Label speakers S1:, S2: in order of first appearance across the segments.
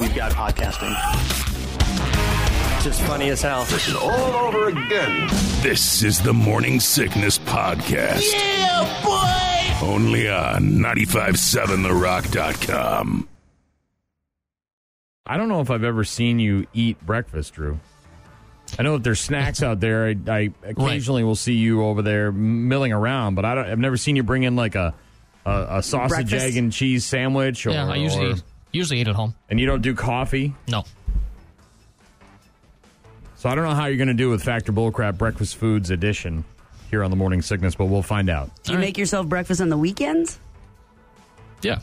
S1: we've got podcasting.
S2: Just funny as hell.
S3: all over again.
S4: This is the Morning Sickness Podcast.
S5: Yeah, boy!
S4: Only on 957therock.com.
S6: I don't know if I've ever seen you eat breakfast, Drew. I know that there's snacks out there. I, I occasionally will see you over there milling around, but I don't, I've never seen you bring in like a a, a sausage,
S5: Breakfast?
S6: egg, and cheese sandwich. Or,
S5: Yeah, I usually
S6: or-
S5: eat, usually eat at home.
S6: and you don't do coffee.
S5: No.
S6: So I don't know how you're going to do with Factor Bullcrap Breakfast Foods Edition here on the Morning Sickness, but we'll find out.
S7: Do you
S5: All right.
S7: make yourself breakfast on the weekends?
S5: Yeah.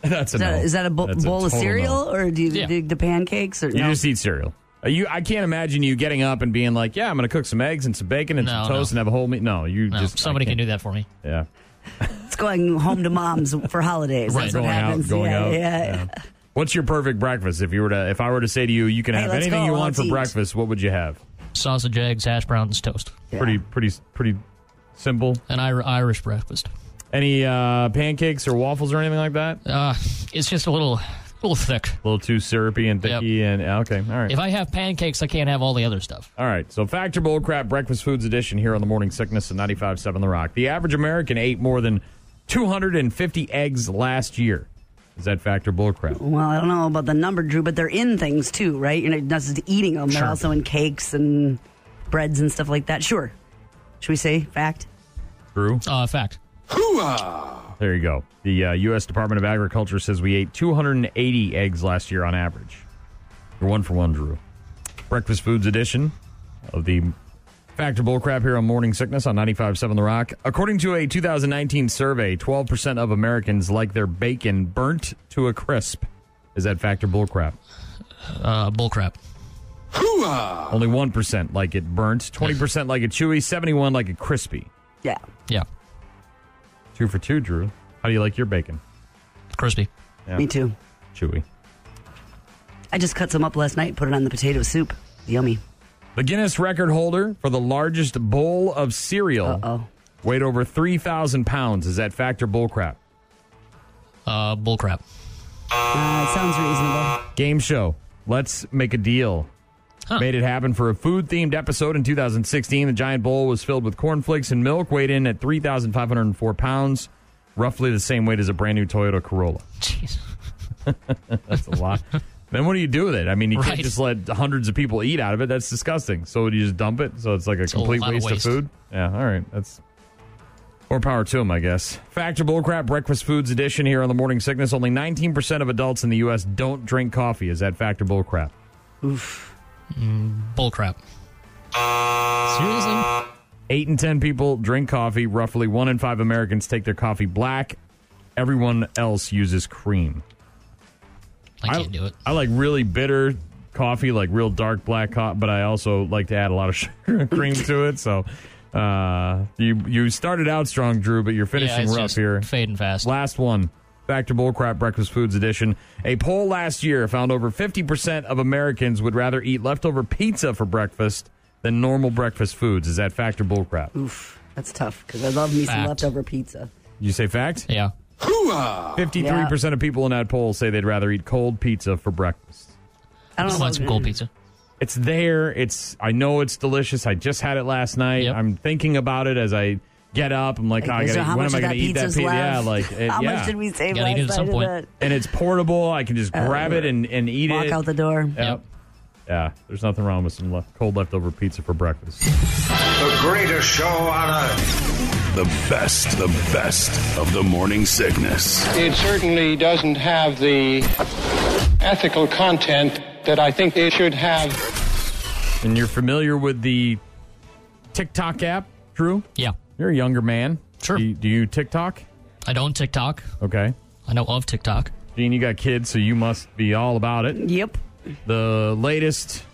S6: That's
S7: Is
S6: a
S7: that,
S6: no.
S7: is that a bo-
S6: That's
S7: bowl of
S6: total no.
S7: cereal, or do you
S5: Yeah.
S7: do the pancakes? Or
S6: You
S7: no?
S6: just eat cereal. Uh, You, I can't imagine you getting up and being like, "Yeah, I'm going to cook some eggs and some bacon and
S5: No,
S6: some toast and
S5: no.
S6: have a whole meat." No, you
S5: No,
S6: just
S5: somebody can do that for me.
S6: do. Yeah,
S7: it's going home to mom's for holidays.
S5: Right,
S7: That's
S6: going
S7: what happens.
S6: out, going
S7: yeah,
S6: out.
S7: yeah, yeah.
S6: What's your perfect breakfast? If you were to, if I were to say to you, you can
S7: Hey,
S6: have
S7: let's
S6: anything
S7: go,
S6: you want
S7: let's
S6: for
S7: eat.
S6: breakfast. What would you have?
S5: Sausage, eggs, hash browns, toast.
S7: Yeah.
S6: Pretty, pretty, pretty simple.
S5: An Ir- Irish breakfast.
S6: Any uh, pancakes or waffles or anything like that? A
S5: Uh, it's just a little, little thick.
S6: little too syrupy and
S5: Yep.
S6: thicky and okay, all right.
S5: If I have pancakes, I can't have all the other stuff.
S6: All right. So Factor Bullcrap Breakfast Foods Edition here on the Morning Sickness and 95.7 The Rock. The average American ate more than 250 eggs last year. Is that Factor Bullcrap?
S7: Well, I don't know about the number, Drew, but they're in things too, right? You're not just eating them; they're
S6: Sure.
S7: also in cakes and breads and stuff like that. Sure. Should we say fact?
S6: True.
S5: Uh, fact.
S6: There you go. The uh, U.S. Department of Agriculture says we ate 280 eggs last year on average. You're one for one, Drew. Breakfast Foods Edition of the Factor Bullcrap here on Morning Sickness on 95.7 The Rock. According to a 2019 survey, 12% of Americans like their bacon burnt to a crisp. Is that Factor Bullcrap?
S5: Uh, bullcrap.
S6: Only 1% like it burnt, 20% like it chewy, 71 like it crispy.
S7: Yeah.
S5: Yeah.
S6: Two for two, Drew. How do you like your bacon?
S5: Crispy.
S7: Me too.
S6: Chewy.
S7: I just cut some up last night, put it on the potato soup. Yummy.
S6: The Guinness record holder for the largest bowl of cereal
S7: Uh-oh.
S6: weighed over 3,000 pounds. Is that fact or bullcrap?
S5: Uh, bullcrap.
S7: Uh, it sounds reasonable.
S6: Game show. Let's make a deal.
S5: Huh.
S6: Made it happen for a food themed episode in 2016. The giant bowl was filled with cornflakes and milk, weighed in at 3,504 pounds, roughly the same weight as a brand new Toyota Corolla.
S5: Jeez.
S6: That's a lot. then what do you do with it? I mean, you can't
S5: Right.
S6: just let hundreds of people eat out of it. That's disgusting. So do you just dump it? So it's like a
S5: a
S6: complete
S5: lot of
S6: waste,
S5: waste.
S6: of food. Yeah. All right. That's more power to them, I guess. Factor bullcrap breakfast foods edition here on the morning sickness. Only 19% of adults in the U.S. don't drink coffee. Is that factor bullcrap?
S5: Bullcrap. Seriously?
S6: Eight in 10 people drink coffee. Roughly one in five Americans take their coffee black. Everyone else uses cream.
S5: I can't do it.
S6: I like really bitter coffee, like real dark black coffee, but I also like to add a lot of sugar and cream to it. So uh, you you started out strong, Drew, but you're
S5: Yeah,
S6: finishing
S5: it's
S6: rough
S5: just
S6: here.
S5: fading fast.
S6: Last one. Back to bullcrap breakfast foods edition. A poll last year found over 50% of Americans would rather eat leftover pizza for breakfast than normal breakfast foods. Is that fact or bullcrap? Did
S7: Oof. That's tough because I love me some
S5: Fact.
S7: leftover pizza.
S6: you say fact?
S5: yeah.
S6: 53% of people in that poll say they'd rather eat cold pizza for breakfast.
S7: I
S5: I
S7: don't
S5: just
S7: know.
S5: want some cold pizza.
S6: it's there. It's I know it's delicious. I just had it last night.
S5: Yep.
S6: I'm thinking about it as I get up. I'm like, oh, I
S7: Is there-
S6: gotta,
S7: how
S6: when
S7: much
S6: am I
S7: of
S6: going
S7: that
S6: to eat that
S7: pizza's
S6: pizza? Yeah,
S7: left?
S6: like it,
S7: How
S6: yeah.
S7: much did we save
S5: Gotta
S7: last
S5: eat it at some
S7: night of
S5: point.
S7: that?
S6: And it's portable. I can just grab it and, and eat
S7: Walk
S6: it.
S7: out the door.
S6: Yep. Yeah, there's nothing wrong with some left, cold leftover pizza for breakfast.
S3: The greatest show on earth.
S4: The best, the best of the morning sickness.
S8: It certainly doesn't have the ethical content that I think it should have.
S6: And you're familiar with the TikTok app, Drew?
S5: Yeah.
S6: You're a younger man.
S5: Sure.
S6: Do you, do you TikTok?
S5: I don't TikTok.
S6: Okay.
S5: I know of TikTok.
S6: Dean, you got kids, so you must be all about it.
S7: Yep.
S6: The latest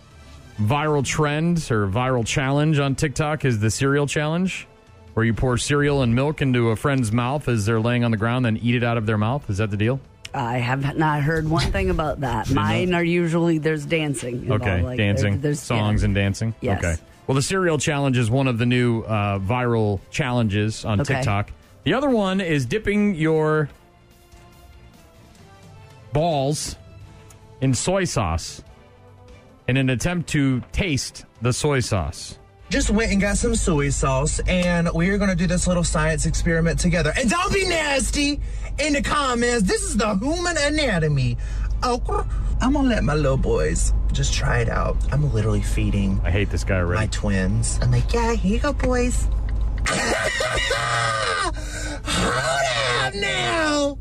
S6: viral trend or viral challenge on TikTok is the cereal challenge, where you pour cereal and milk into a friend's mouth as they're laying on the ground, then eat it out of their mouth. Is that the deal?
S7: I have not heard one thing about that. Mine are usually there's dancing. involved,
S6: Okay,
S7: like,
S6: dancing,
S7: there- there's
S6: songs,
S7: yeah.
S6: and dancing.
S7: Yes.
S6: Okay. Well, the cereal challenge is one of the new uh, viral challenges on
S7: Okay.
S6: TikTok. The other one is dipping your balls in soy sauce in an attempt to taste the soy sauce.
S1: Just went and got some soy sauce, and we are gonna do this little science experiment together. And don't be nasty in the comments. This is the human anatomy. Oh, I'm gonna let my little boys just try it out. I'm literally feeding
S6: I hate this guy
S1: my
S6: already.
S1: twins. I'm like, yeah, here you go, boys. Hold on now.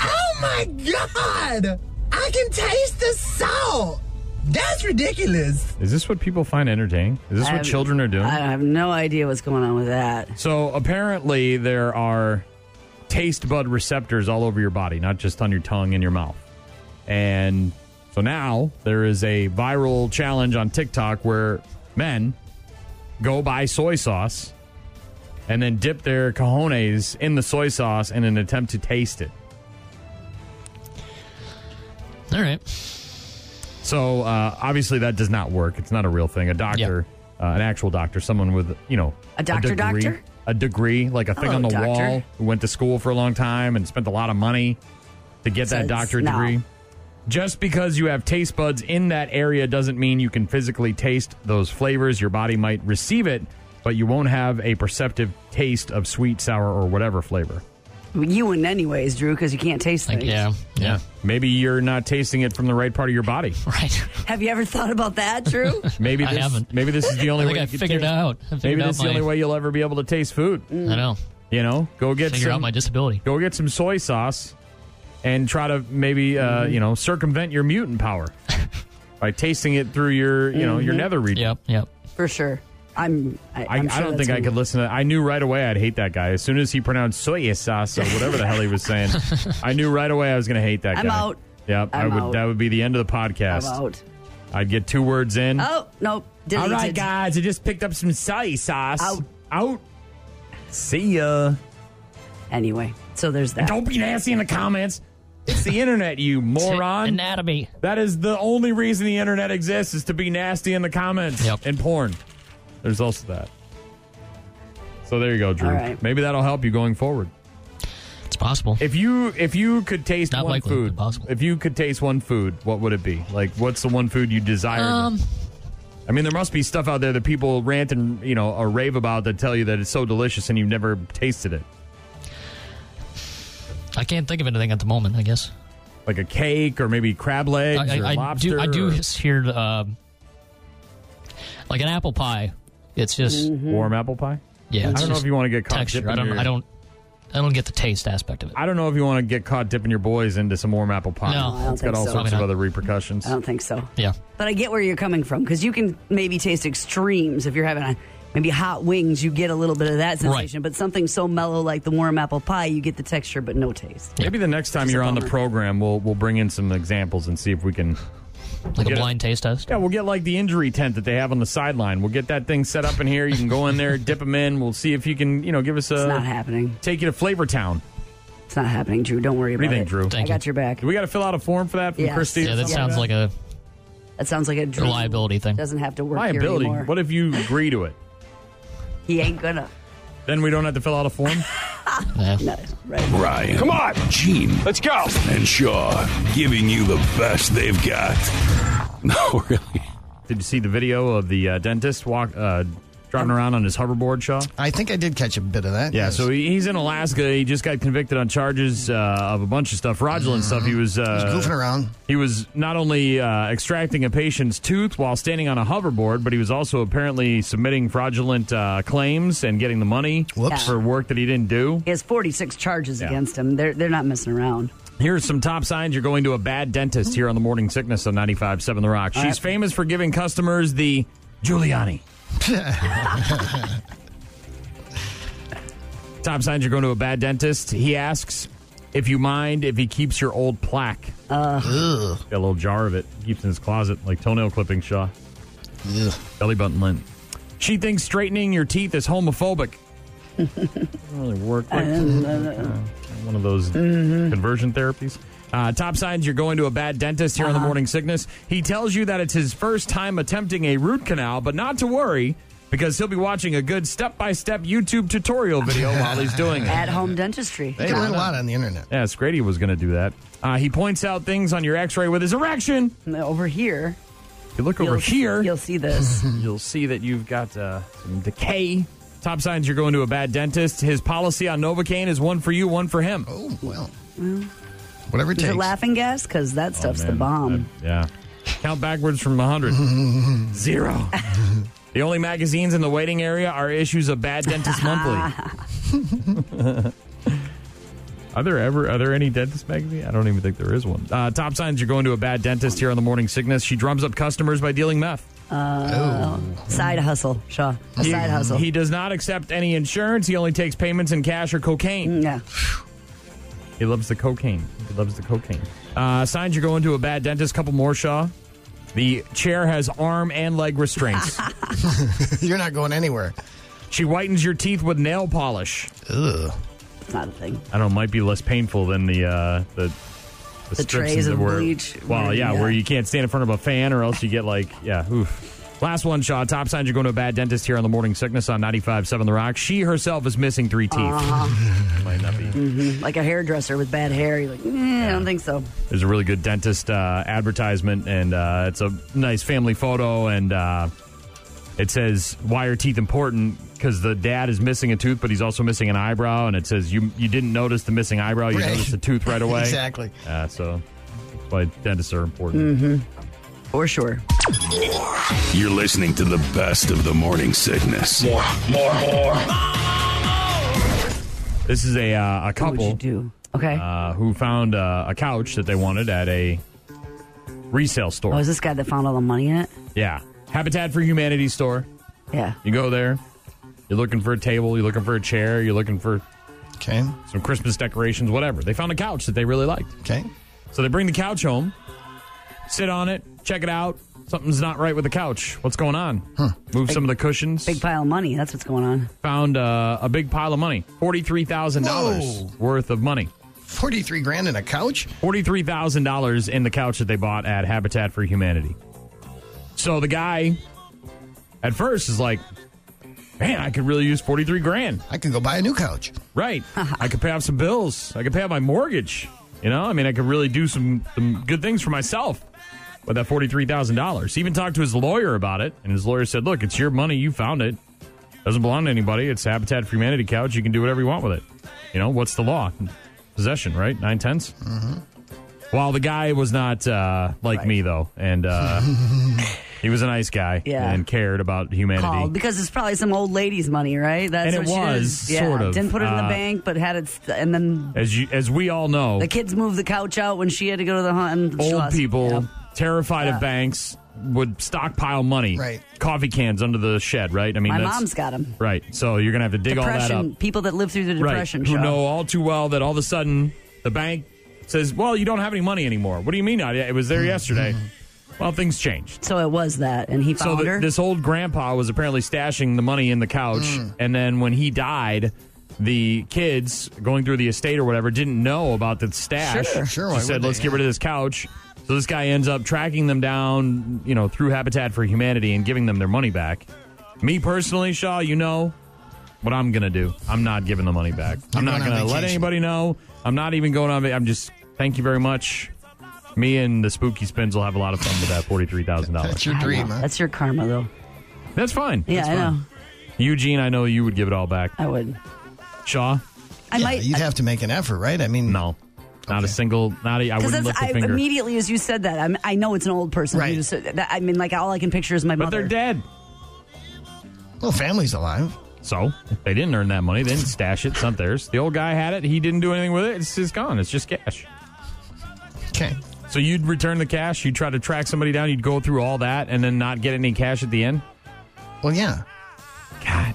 S1: Oh my god. I can taste the salt. That's ridiculous.
S6: Is this what people find entertaining? Is this
S7: I
S6: what
S7: have-
S6: children are doing?
S7: I have no idea what's going on with that.
S6: So apparently there are taste bud receptors all over your body, not just on your tongue and your mouth. And so now there is a viral challenge on TikTok where men go buy soy sauce and then dip their cojones in the soy sauce in an attempt to taste it.
S5: All right.
S6: So uh, obviously that does not work. It's not a real thing. A doctor, uh, an actual doctor, someone with you know
S7: A doctor
S6: degree,
S7: doctor?
S6: a degree, like a thing
S7: Hello,
S6: on the
S7: doctor.
S6: wall, who went to school for a long time and spent a lot of money to get that
S7: Says
S6: doctorate
S7: no.
S6: degree. Just because you have taste buds in that area doesn't mean you can physically taste those flavors. Your body might receive it, but you won't have a perceptive taste of sweet, sour, or whatever flavor.
S7: You wouldn't, anyways, Drew, because you can't taste
S5: Like,
S7: things.
S5: yeah. Yeah.
S6: Maybe you're not tasting it from the right part of your body.
S5: Right.
S7: Have you ever thought about that, Drew?
S6: Maybe
S5: I
S6: this,
S5: haven't.
S6: Maybe this is the only
S5: I
S6: way
S5: think I
S6: you can
S5: figured it
S6: taste-
S5: out. I figured
S6: Maybe
S5: out
S6: that's the
S5: my-
S6: only way you'll ever be able to taste food.
S5: I know.
S6: You know, go get
S5: Figure
S6: some,
S5: out my disability.
S6: go get some soy sauce, and try to maybe uh,
S5: Mm-hmm.
S6: you know circumvent your mutant power by tasting it through your you know
S5: Mm-hmm.
S6: your nether region.
S5: Yep. Yep.
S7: For sure. I'm. I,
S6: I,
S7: I'm
S6: I
S7: sure
S6: don't
S7: that's
S6: think I
S7: gonna-
S6: could listen to that. I knew right away I'd hate that guy. As soon as he pronounced soy sauce or whatever the hell he was saying, I knew right away I was going to hate that
S7: I'm
S6: guy.
S7: out.
S6: Yep, I
S7: I'm
S6: would.
S7: out.
S6: That would be the end of the
S7: I'm
S6: podcast.
S7: out.
S6: I'd get two words in.
S7: Oh nope.
S6: All
S7: Deleted.
S6: right, guys, I just picked up some soy sauce.
S7: Out.
S6: Out. See ya.
S7: Anyway, so there's that.
S6: Don't be nasty in the comments. It's the internet, you moron.
S5: Anatomy.
S6: That is the only reason the internet exists is to be nasty in the comments
S5: Yep.
S6: and porn. There's also that. So there you go, Drew.
S7: All right.
S6: Maybe that'll help you going forward.
S5: It's possible.
S6: If you if you could taste
S5: Not
S6: one
S5: likely,
S6: food,
S5: but possible.
S6: if you could taste one food, what would it be? Like, what's the one food you desire?
S5: Um,
S6: I mean, there must be stuff out there that people rant and you know or rave about that tell you that it's so delicious and you've never tasted it,
S5: I can't think of anything at the moment. I guess.
S6: like a cake or maybe crab legs
S5: I,
S6: or
S5: I, I
S6: lobster.
S5: do. I do
S6: or-
S5: hear um, like an apple pie. It's just
S6: warm apple pie.
S5: yeah.
S6: Mm. I
S5: it's
S6: don't know
S5: just
S6: if you want to get caught
S5: Mm-hmm. texture.
S6: dipping
S5: I don't.
S6: your-
S5: I don't. I don't get the taste aspect of it.
S6: I don't know if you want to get caught dipping your boys into some warm apple pie.
S5: No. I
S7: don't
S6: it's got
S7: think
S6: all
S7: so.
S6: sorts
S5: Probably
S6: of
S5: not.
S6: other repercussions.
S7: I don't think so.
S5: yeah.
S7: But I get where you're coming from because you can maybe taste extremes if you're having a, maybe hot wings. You get a little bit of that sensation, but something so mellow like the warm apple pie, you get the texture but no taste.
S6: Maybe the next time
S7: Which is a
S6: you're on the
S7: bummer.
S6: program, we'll we'll bring in some examples and see if we can.
S5: Like
S6: Get
S5: a
S6: it.
S5: blind taste test.
S6: Yeah, we'll get like the injury tent that they have on the sideline. We'll get that thing set up in here. You can go in there, dip them in. We'll see if you can, you know, give us
S7: It's not
S6: a
S7: happening.
S6: take you to Flavor Town.
S7: It's not happening, Drew. Don't worry
S6: What do
S7: about
S6: you think,
S7: it.
S6: Drew?
S5: Thank
S7: I got your back.
S6: Do we got to fill out a form for that from
S7: Yes.
S6: Christy?
S5: Yeah, that
S7: Yeah.
S5: sounds like a
S7: That sounds like a Drew
S5: reliability thing.
S7: Doesn't have to work
S6: liability.
S7: here anymore.
S6: What if you agree to it?
S7: he ain't gonna.
S6: Then we don't have to fill out a form.
S5: Yeah.
S7: No, right.
S4: Ryan. Come on. Gene. Let's go. And Shaw giving you the best they've got. No, really.
S6: Did you see the video of the uh, dentist walk uh, driving around on his hoverboard, Shaw?
S9: I think I did catch a bit of that.
S6: Yeah,
S9: yes.
S6: so he- he's in Alaska. He just got convicted on charges uh, of a bunch of stuff, fraudulent
S5: Mm-hmm.
S6: stuff. He was, uh,
S9: goofing around.
S6: He was not only uh, extracting a patient's tooth while standing on a hoverboard, but he was also apparently submitting fraudulent uh, claims and getting the money
S9: Whoops.
S6: for work that he didn't do.
S7: He has 46 charges
S6: Yeah.
S7: against him. They're they're not messing around.
S6: Here's some top signs you're going to a bad dentist here on the Morning Sickness on 95.7 The Rock. She's famous for giving customers the Giuliani. top signs you're going to a bad dentist. He asks if you mind if he keeps your old plaque. Got a little jar of it. Keeps in his closet like toenail clipping, Shaw.
S9: Ugh.
S6: Belly button lint. She thinks straightening your teeth is homophobic. Doesn't really work. Like, Uh, one of those conversion therapies. Uh, top signs you're going to a bad dentist here on the morning sickness. He tells you that it's his first time attempting a root canal, but not to worry because he'll be watching a good step by step YouTube tutorial video while he's doing it.
S7: At home dentistry.
S9: You can learn a lot on the internet.
S6: Yeah, Scrady was going to do that. Uh, he points out things on your X-ray with his erection.
S7: Over here.
S6: You look over
S7: You'll-
S6: here.
S7: You'll see this.
S6: you'll see that you've got uh, some decay. Top signs you're going to a bad dentist. His policy on Novocaine is one for you, one for him.
S9: Oh well,
S7: Well,
S6: whatever it
S7: is
S6: takes. Oh,
S7: it laughing gas? Because that stuff's the
S6: man.
S7: bomb.
S6: yeah. Count backwards from 100. Zero. the only magazines in the waiting area are issues of Bad Dentist Monthly. are there ever are there any dentist magazine? I don't even think there is one. Uh, top signs you're going to a bad dentist here on the morning sickness. She drums up customers by dealing meth.
S7: Uh, Side hustle, Shaw. A
S6: He-
S7: side hustle.
S6: He does not accept any insurance. He only takes payments in cash or cocaine.
S7: Yeah.
S6: He loves the cocaine. He loves the cocaine. Uh, signs you're going to a bad dentist. Couple more, Shaw. The chair has arm and leg restraints.
S9: you're not going anywhere.
S6: she whitens your teeth with nail polish.
S9: Ugh.
S7: It's not a thing.
S6: I don't know. Might be less painful than the uh, the. The, strips
S7: trays
S6: that
S7: of
S6: were-
S7: bleach
S6: Well,
S7: where-
S6: yeah,
S7: yeah.
S6: where you can't stand in front of a fan or else you get like, yeah, oof. Last one, Shaw. Top signs you're going to a bad dentist here on the morning sickness on 95.7 The Rock. She herself is missing three teeth.
S7: Uh-huh.
S6: Might not be.
S7: hmm Like a hairdresser with bad hair. You're like, eh, I don't think so.
S6: There's a really good dentist uh, advertisement, and uh, it's a nice family photo. And uh, it says, "Why are teeth important?" Because the dad is missing a tooth, but he's also missing an eyebrow. And it says, "You you didn't notice the missing eyebrow; you
S9: Right.
S6: noticed the tooth right away."
S9: Exactly. Mm-hmm.
S6: Uh, so, that's why dentists are important.
S7: For sure.
S4: You're listening to the best of the morning sickness. More, more, more.
S6: This is a uh, a couple
S7: Okay.
S6: uh, who found uh, a couch that they wanted at a resale store.
S7: Oh, is this guy that found all the money in it?
S6: Yeah. Habitat for Humanity store.
S7: Yeah.
S6: You go there. You're looking for a table. You're looking for a chair. You're looking for
S9: okay.
S6: some Christmas decorations, whatever. They found a couch that they really liked.
S9: Okay.
S6: So they bring the couch home, sit on it, check it out. Something's not right with the couch. What's going on? Move some of the cushions.
S7: Big pile of money. That's what's going on.
S6: Found uh, a big pile of money $43,000 worth of money.
S9: 43 grand in a couch?
S6: $43,000 in the couch that they bought at Habitat for Humanity. So the guy at first is like, man, I could really use 43 grand.
S9: I could go buy a new couch.
S6: Right. I could pay off some bills. I could pay off my mortgage. You know, I mean, I could really do some, some good things for myself with that $43,000. He even talked to his lawyer about it, and his lawyer said, look, it's your money. You found it. Doesn't belong to anybody. It's Habitat for Humanity couch. You can do whatever you want with it. You know, what's the law? Possession, right? Nine tenths?
S7: Mm-hmm.
S6: While the guy was not uh, like me, though, and uh, he was a nice guy
S7: Yeah.
S6: and cared about humanity.
S7: Called because it's probably some old lady's money, right? That's
S6: And
S7: what
S6: it
S7: she did.
S6: was,
S7: Yeah.
S6: sort of.
S7: Didn't put it in the
S6: Uh,
S7: bank, but had it, st- and then
S6: As you, as we all know,
S7: the kids moved the couch out when she had to go to the hunt. and she
S6: old
S7: lost-
S6: people
S7: Yeah.
S6: terrified
S7: Yeah.
S6: of banks would stockpile money,
S7: Right.
S6: Coffee cans under the shed, right? I mean,
S7: My
S6: that's,
S7: mom's got 'em.
S6: right. So you're gonna have to dig all that
S7: depression.
S6: up,
S7: People that live through the depression.
S6: right? Who
S7: Shaw.
S6: know all too well that all of a sudden the bank says, "Well, you don't have any money anymore." What do you mean? Not? It was
S7: Hmm.
S6: there yesterday. Well, things changed.
S7: So it was that, and he
S6: So
S7: found
S6: th-
S7: her.
S6: this old grandpa was apparently stashing the money in the couch,
S7: Mm.
S6: and then when he died, the kids going through the estate or whatever didn't know about the stash.
S9: Sure, sure,
S6: She
S9: why
S6: said,
S9: would they?
S6: "Let's get rid of this couch." So this guy ends up tracking them down, you know, through Habitat for Humanity and giving them their money back. Me personally, Shaw, you know what I'm gonna do. I'm not giving the money back. I'm not
S9: going on
S6: gonna let
S9: vacation.
S6: anybody know. I'm not even going on. va- I'm just thank you very much. Me and the Spooky Spins will have a lot of fun with that forty-three thousand dollars.
S9: That's your dream, huh?
S7: That's your karma, though.
S6: That's fine.
S7: Yeah,
S6: That's
S7: I
S6: fine.
S7: know.
S6: Eugene, I know you would give it all back.
S7: I would.
S6: Shaw,
S7: I
S9: Yeah,
S7: might.
S9: You'd have to make an effort, right? I mean,
S6: no, not a single, not a. I
S7: Because
S6: wouldn't
S7: that's
S6: lift a
S7: I,
S6: finger.
S7: immediately as you said that, I'm, I know it's an old person.
S9: Right.
S7: You just, that, I mean, like all I can picture is my
S6: but
S7: mother.
S6: they're dead.
S9: Well, family's alive.
S6: So if they didn't earn that money. They didn't stash it. It's not theirs. The old guy had it. He didn't do anything with it. It's just gone. It's just cash.
S9: Okay.
S6: So you'd return the cash. You'd try to track somebody down. You'd go through all that and then not get any cash at the end.
S9: Well, yeah.
S6: God,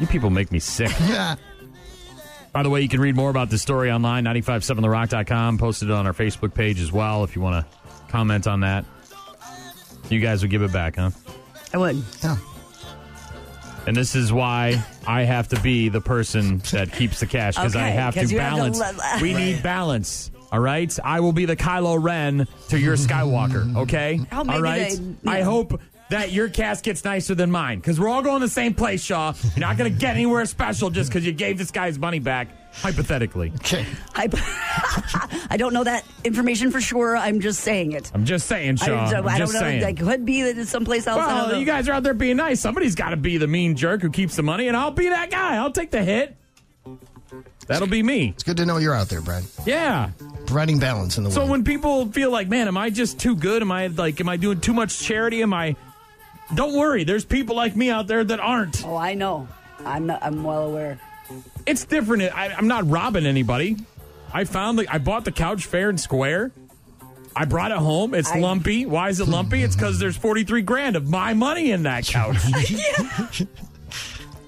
S6: you people make me sick.
S9: Yeah.
S6: By the way, you can read more about this story online, 957therock.com, posted on our Facebook page as well if you want to comment on that. You guys would give it back, huh?
S7: I would.
S9: Yeah.
S6: And this is why I have to be the person that keeps the cash because I
S7: Okay,
S6: have to
S7: 'cause you have to
S6: balance.
S7: le-
S6: we need balance. All right, I will be the Kylo Ren to your Skywalker. Okay,
S7: Oh,
S6: all
S7: maybe
S6: right.
S7: they-
S6: I
S7: yeah.
S6: hope that your casket's nicer than mine because we're all going the same place, Shaw. You're not going to get anywhere special just because you gave this guy his money back, hypothetically. Okay.
S7: I, I don't know that information for sure. I'm just saying it.
S6: I'm just saying,
S7: I-
S6: Shaw.
S7: I,
S6: I'm
S7: don't
S6: just
S7: know.
S6: saying.
S7: That could be that it's someplace else. I don't know.
S6: well, you guys are out there being nice. Somebody's got to be the mean jerk who keeps the money, and I'll be that guy. I'll take the hit. That'll be me.
S9: It's good to know you're out there, Brad.
S6: Yeah.
S9: Providing balance in the
S6: So
S9: world.
S6: when people feel like, man, am I just too good? Am I like, am I doing too much charity? Am I? Don't worry, there's people like me out there that aren't.
S7: Oh, I know. I'm not, I'm well aware.
S6: It's different. I, I'm not robbing anybody. I found the I bought the couch fair and square. I brought it home. It's
S7: I-
S6: lumpy. Why is it lumpy? It's because there's 43 grand of my money in that couch.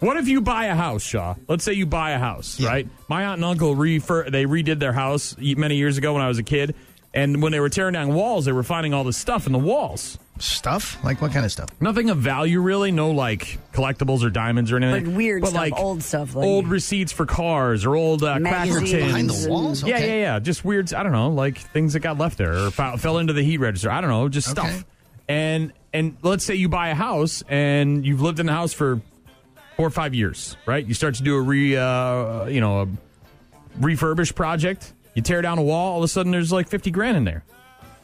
S6: What if you buy a house, Shaw? Let's say you buy a house, right? My aunt and uncle refer they redid their house y- many years ago when I was a kid, and when they were tearing down walls, they were finding all this stuff in the walls.
S9: Stuff? Like what kind of stuff?
S6: Nothing of value, really. No like collectibles or diamonds or anything.
S7: But weird
S6: But
S7: stuff,
S6: like
S7: old stuff. Like,
S6: old receipts for cars or old uh, cracker
S7: Magazines
S6: tins.
S7: Behind the walls?
S6: Yeah,
S7: Okay.
S6: yeah, yeah. Just weird. I don't know, like things that got left there or fou- fell into the heat register. I don't know, just stuff. And and let's say you buy a house and you've lived in the house for four or five years, right? You start to do a re, uh, you know, a refurbish project. You tear down a wall. All of a sudden, there's like fifty grand in there.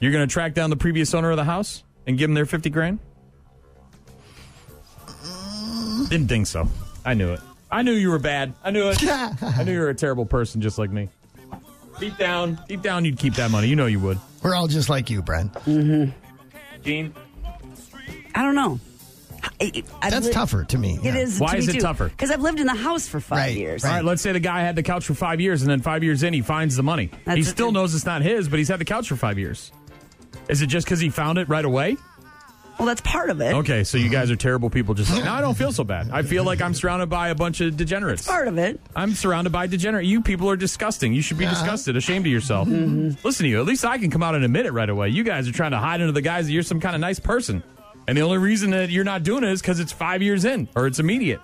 S6: You're going to track down the previous owner of the house and give them their fifty grand. Didn't think so. I knew it. I knew you were bad. I knew it. I knew you were a terrible person just like me. Deep down, deep down, you'd keep that money. You know you would.
S9: We're all just like you, Brad. Mm-hmm.
S6: Gene?
S7: I don't know. I, I've
S9: That's
S7: li-
S9: tougher to me.
S7: It is.
S6: Why is it tougher?
S7: Because I've lived in the house for five years.
S6: All right, let's say the guy had the couch for five years, and then five years in, he finds the money. he still knows it's not his, but he's had the couch for five years. Is it just because he found it right away?
S7: Well, that's part of it.
S6: Okay, so you guys are terrible people. Just like, no, I don't feel so bad. I feel like I'm surrounded by a bunch of degenerates.
S7: Part of it.
S6: I'm surrounded by degenerate. You people are disgusting. You should be
S7: Uh-huh.
S6: disgusted, ashamed of yourself. Listen to you. At least I can come out and admit it right away. You guys are trying to hide under the guise that you're some kind of nice person, and the only reason that you're not doing it is because it's five years in or it's immediate.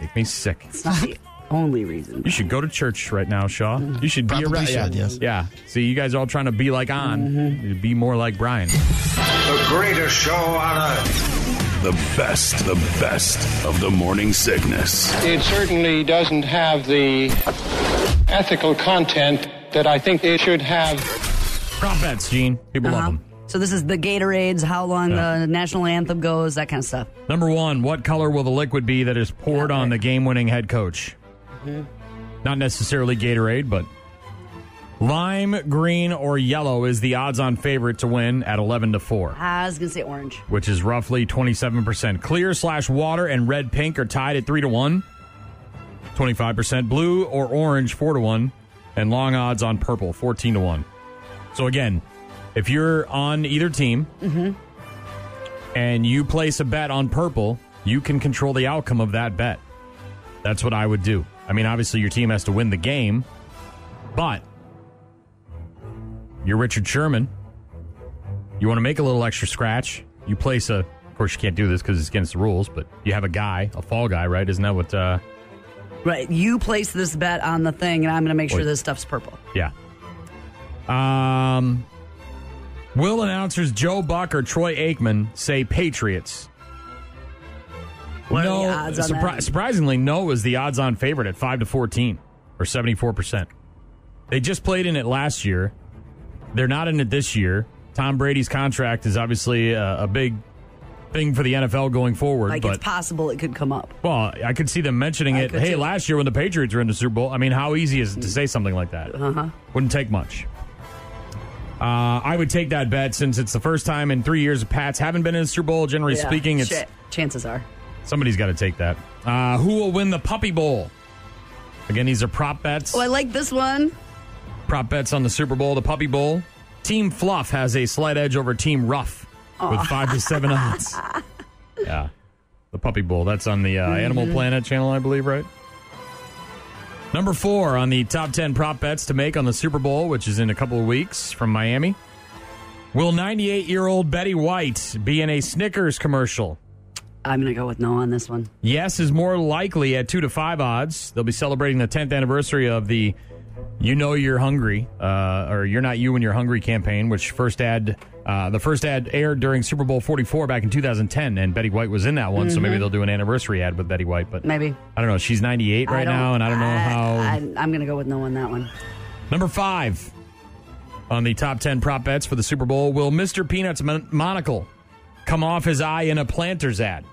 S6: Make me sick. It's
S7: not the only reason.
S6: You should go to church right now, Shaw. You should be
S9: Probably
S6: around.
S9: should,
S6: yeah.
S9: yes.
S6: Yeah. See, you guys are all trying to be like on. Be more like Brian.
S10: The greatest show on earth.
S4: The best, the best of the morning sickness.
S8: It certainly doesn't have the ethical content that I think it should have.
S6: Prop bets, Gene. People love them.
S7: So this is the Gatorades, how long
S6: Yeah.
S7: the national anthem goes, that kind of stuff.
S6: Number one, what color will the liquid be that is poured on the game winning head coach? Not necessarily Gatorade, but lime, green, or yellow is the odds on favorite to win at 11 to 4,
S7: I was gonna say orange.
S6: which is roughly 27%. Clear slash water and red pink are tied at 3 to 1, 25%. Blue or orange, 4 to 1, and long odds on purple, 14 to 1. So again, if you're on either team,
S11: Mm-hmm.
S6: and you place a bet on purple, you can control the outcome of that bet. That's what I would do. I mean, obviously, your team has to win the game, but you're Richard Sherman. You want to make a little extra scratch. You place a, of course, you can't do this because it's against the rules, but you have a guy, a fall guy, right? Isn't that what, uh,
S7: Right. You place this bet on the thing and I'm gonna make sure this stuff's purple.
S6: yeah. Um, will announcers Joe Buck or Troy Aikman say Patriots?
S7: What are
S6: no,
S7: the odds on
S6: surpri-
S7: that?
S6: surprisingly, no was the odds-on favorite at five to fourteen, or seventy-four percent. They just played in it last year. They're not in it this year. Tom Brady's contract is obviously a, a big thing for the NFL going forward.
S7: Like
S6: but
S7: it's possible it could come up.
S6: well, I could see them mentioning
S7: I
S6: it.
S7: could
S6: Hey,
S7: too.
S6: last year when the Patriots were in the Super Bowl, I mean, how easy is it to say something like that?
S7: Uh-huh.
S6: Wouldn't take much. Uh, I would take that bet since it's the first time in three years the Pats haven't been in the Super Bowl. Generally
S7: Yeah,
S6: speaking, it's
S7: shit. chances are.
S6: somebody's got to take that. Uh, who will win the Puppy Bowl? Again, these are prop bets.
S7: Oh, I like this one.
S6: Prop bets on the Super Bowl, the Puppy Bowl. Team Fluff has a slight edge over Team Rough
S7: Aw.
S6: with five to seven odds. Yeah, the Puppy Bowl. That's on the uh, Animal
S12: Mhm.
S6: Planet channel, I believe, right? Number four on the top ten prop bets to make on the Super Bowl, which is in a couple of weeks from Miami. Will 98 year old Betty White be in a Snickers commercial?
S7: I'm gonna go with no on this one.
S6: Yes is more likely at two to five odds. They'll be celebrating the 10th anniversary of the You know you're hungry, uh, or you're not you when you're hungry campaign, which first ad, uh, the first ad aired during Super Bowl 44 back in 2010, and Betty White was in that one, so maybe
S7: Mhm.
S6: they'll do an anniversary ad with Betty White. But
S7: Maybe.
S6: I don't know. She's 98 right now, and I don't know how.
S7: I, am going to go with no on that one.
S6: Number five on the top 10 prop bets for the Super Bowl will Mr. Peanut's mon- monocle come off his eye in a planter's ad?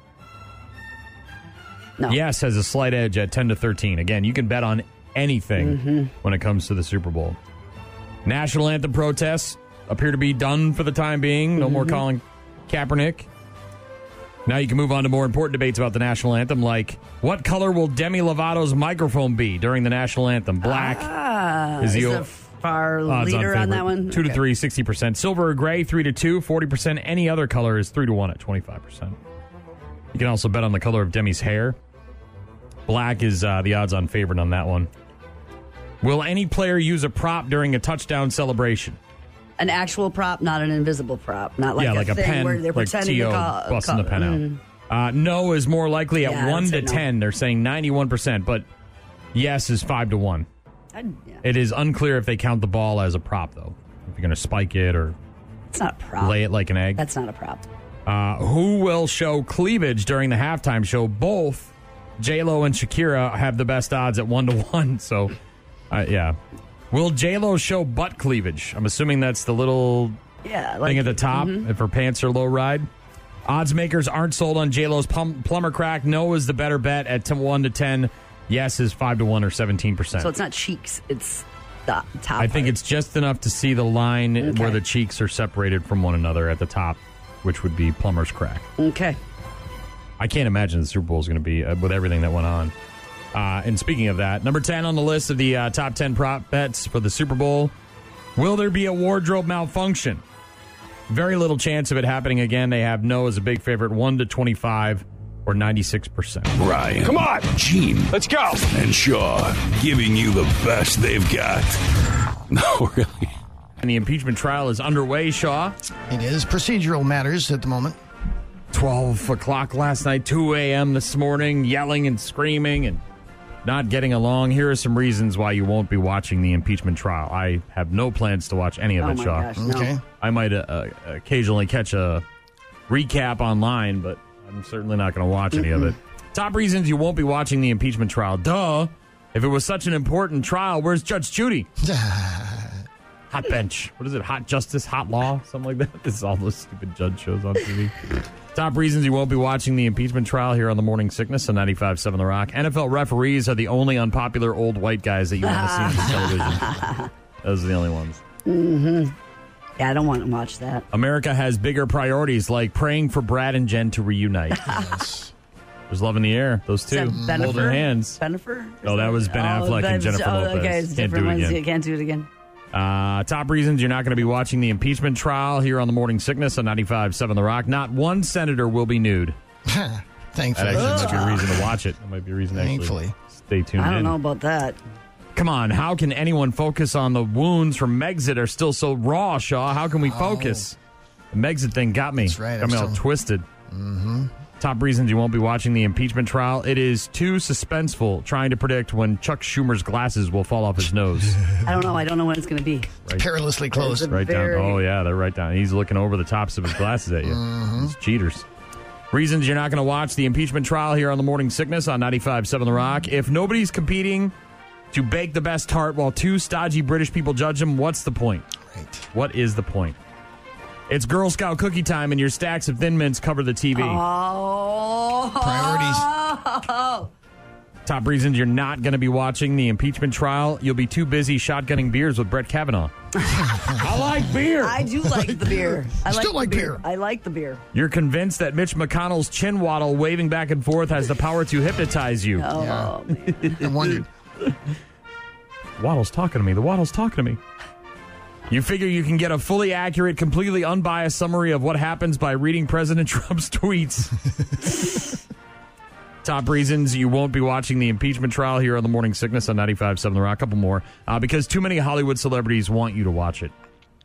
S7: No.
S6: Yes, has a slight edge at 10 to 13. Again, you can bet on anything when it comes to the Super Bowl. National anthem protests appear to be done for the time being. No more
S10: Mhm.
S6: calling Kaepernick. Now you can move on to more important debates about the national anthem, like what color will Demi Lovato's microphone be during the national anthem? Black,
S7: Ah,
S6: Is
S7: is
S6: the
S7: the,
S6: o-
S7: far
S6: Odds
S7: leader on,
S6: favorite.
S7: that one?
S6: Two to
S7: Okay.
S6: three, 60%. Silver or gray, three to two, 40%. Any other color is three to one at 25%. You can also bet on the color of Demi's hair. Black is uh, the odds on favorite on that one. Will any player use a prop during a touchdown celebration?
S7: An actual prop, not an invisible prop. Not like
S6: yeah,
S7: a
S6: like a
S7: thing
S6: pen,
S7: where they're
S6: like
S7: pretending
S6: T.O.
S7: to call.
S6: busting
S7: call-
S6: the pen
S7: Mm.
S6: out. Uh, no is more likely at
S7: Yeah, I would
S6: one
S7: say
S6: to
S7: no.
S6: ten. They're saying ninety-one percent, but yes is five to one.
S7: I'd-
S6: It is unclear if they count the ball as a prop, though. If you're going to spike it or
S7: It's not a prop.
S6: lay it like an egg.
S7: Ah. That's not a prop.
S6: Uh, who will show cleavage during the halftime show? Both J Lo and Shakira have the best odds at one to one. So, uh, yeah. Will J Lo show butt cleavage? I'm assuming that's the little
S7: Yeah,
S6: thing
S7: like-
S6: at the top
S7: mhm.
S6: if her pants are low ride. Odds makers aren't sold on J Lo's plum- plumber crack. No is the better bet at t- one to ten. Yes is five to one or seventeen percent.
S7: So it's not cheeks. It's the top.
S6: I think it's just enough to see the line where the cheeks are separated from one another at the top, which would be plumber's crack.
S7: Okay.
S6: I can't imagine the Super Bowl is going to be uh, with everything that went on. Uh, and speaking of that, number 10 on the list of the uh, top 10 prop bets for the Super Bowl will there be a wardrobe malfunction? Very little chance of it happening again. They have no as a big favorite, 1 to 25 or 96%.
S4: Ryan. Come on. Gene. Let's go. And Shaw giving you the best they've got. No, really.
S6: And the impeachment trial is underway, Shaw.
S9: It is procedural matters at the moment.
S6: 12 o'clock last night, 2 a.m. this morning, yelling and screaming and not getting along. Here are some reasons why you won't be watching the impeachment trial. I have no plans to watch any of
S9: Oh
S6: it,
S9: my
S6: Shaw.
S9: gosh, no. Okay.
S6: I might uh, uh, occasionally catch a recap online, but I'm certainly not going to watch any of
S10: Mm-mm.
S6: it. Top reasons you won't be watching the impeachment trial. Duh. If it was such an important trial, where's Judge Judy? hot bench. What is it? Hot justice, hot law, something like that. This is all those stupid judge shows on TV. Top reasons you won't be watching the impeachment trial here on the Morning Sickness on 95.7 The Rock. NFL referees are the only unpopular old white guys that you want to see on television. Those are the only ones.
S7: hmm Yeah, I don't want to watch that.
S6: America has bigger priorities like praying for Brad and Jen to reunite. There's love in the air. Those two
S7: Is that Bennifer?
S6: holding hands.
S7: Bennifer?
S6: No, that was Ben
S7: Oh,
S6: Affleck and
S7: that's-
S6: Jennifer
S7: oh,
S6: Lopez.
S7: Okay, it's
S6: Can't do
S7: different
S6: it
S7: ones.
S6: again.
S7: You can't do it again.
S6: Uh, top reasons you're not going to be watching the impeachment trial here on the Morning Sickness on 95.7 The Rock. Not one senator will be nude.
S9: Thankfully.
S6: That actually might be a reason to watch it. That might be a reason to actually
S9: Thankfully.
S6: stay tuned
S7: I don't
S6: in.
S7: know about that.
S6: Come on, how can anyone focus on the wounds from Megxit are still so raw, Shaw? How can we focus? The Megxit thing got me. That's right. Got
S9: I'm
S6: me all
S9: still-
S6: twisted. Top reasons you won't be watching the impeachment trial. It is too suspenseful trying to predict when Chuck Schumer's glasses will fall off his nose.
S7: I don't know. I don't know when it's going to be.
S6: Right.
S9: Perilously close. It's a
S6: Right
S9: very-
S6: down. Oh yeah, they're right down. He's looking over the tops of his glasses at you.
S9: Mm-hmm.
S6: These cheaters. Reasons you're not going to watch the impeachment trial here on the Morning Sickness on 95.7 The Rock. If nobody's competing to bake the best tart while two stodgy British people judge them, what's the point? Right. What is the point? It's Girl Scout cookie time, and your stacks of Thin Mints cover the TV.
S7: Oh. Priorities.
S6: Top reasons you're not going to be watching the impeachment trial. You'll be too busy shotgunning beers with Brett Kavanaugh. I like beer.
S7: I do like the beer. I like
S9: Still
S7: the
S9: like beer.
S7: I like the beer.
S6: You're convinced that Mitch McConnell's chin waddle waving back and forth has the power to hypnotize you.
S7: Oh,
S9: I wondered.
S6: Waddle's talking to me. The Waddle's talking to me. You figure you can get a fully accurate, completely unbiased summary of what happens by reading President Trump's tweets. Top reasons you won't be watching the impeachment trial here on the Morning Sickness on 95.7 The Rock. A couple more. Uh, because too many Hollywood celebrities want you to watch it.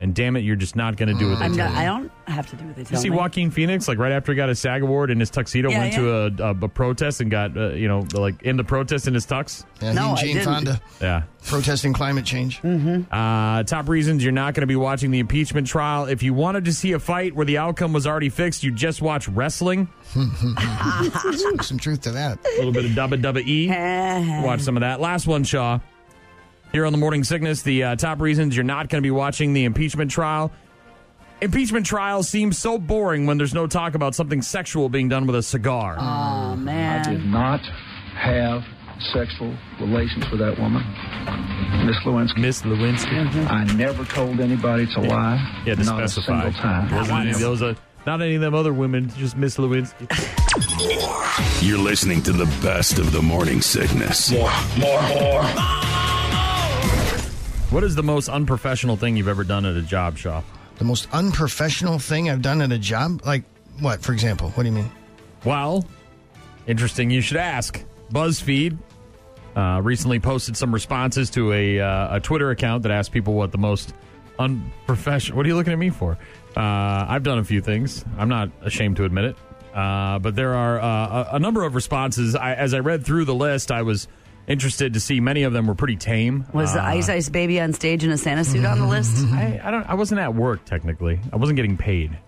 S6: And damn it, you're just not going to do what they
S7: I'm
S6: tell
S7: not,
S6: you.
S7: Mm, I don't have to do what they
S6: You
S7: tell
S6: see
S7: me.
S6: Joaquin Phoenix, like right after he got his SAG award in his tuxedo,
S7: Yeah,
S6: went to a, a, a protest and got, uh, you know, like in the protest in his tux.
S9: Yeah, he No, and I Jane didn't. Fonda.
S6: Yeah.
S9: Protesting climate change.
S7: Mm.
S9: Mm-hmm.
S6: Uh, top reasons you're not going to be watching the impeachment trial. If you wanted to see a fight where the outcome was already fixed, you just watch wrestling.
S9: Some truth to that.
S6: A little bit of
S7: Eh,
S6: WWE. watch some of that. Last one, Shaw. Here on the Morning Sickness, the uh, top reasons you're not going to be watching the impeachment trial. Impeachment trial seems so boring when there's no talk about something sexual being done with a cigar.
S7: Oh, man.
S10: I did not have sexual relations with that woman, Miss Lewinsky.
S6: Miss Lewinsky.
S10: I never told anybody to lie.
S6: Yeah, to
S10: not
S6: specify.
S10: a single time.
S6: Wasn't any of those, uh, not any of them other women, just Miss Lewinsky.
S4: You're listening to the best of the morning sickness. More, more, more.
S6: What is the most unprofessional thing you've ever done at a job shop?
S9: The most unprofessional thing I've done at a job? Like, what, for example? What do you mean?
S7: Oh,
S6: Well, interesting you should ask. BuzzFeed uh, recently posted some responses to a, uh, a Twitter account that asked people what the most unprofessional. What are you looking at me for? Uh, I've done a few things. I'm not ashamed to admit it. Uh, but there are uh, a, a number of responses. I, as I read through the list, I was interested to see many of them were pretty tame.
S7: Was the
S6: Uh,
S7: Ice Ice Baby on stage in a Santa suit on the list?
S6: I, I don't. I wasn't at work technically. I wasn't getting paid.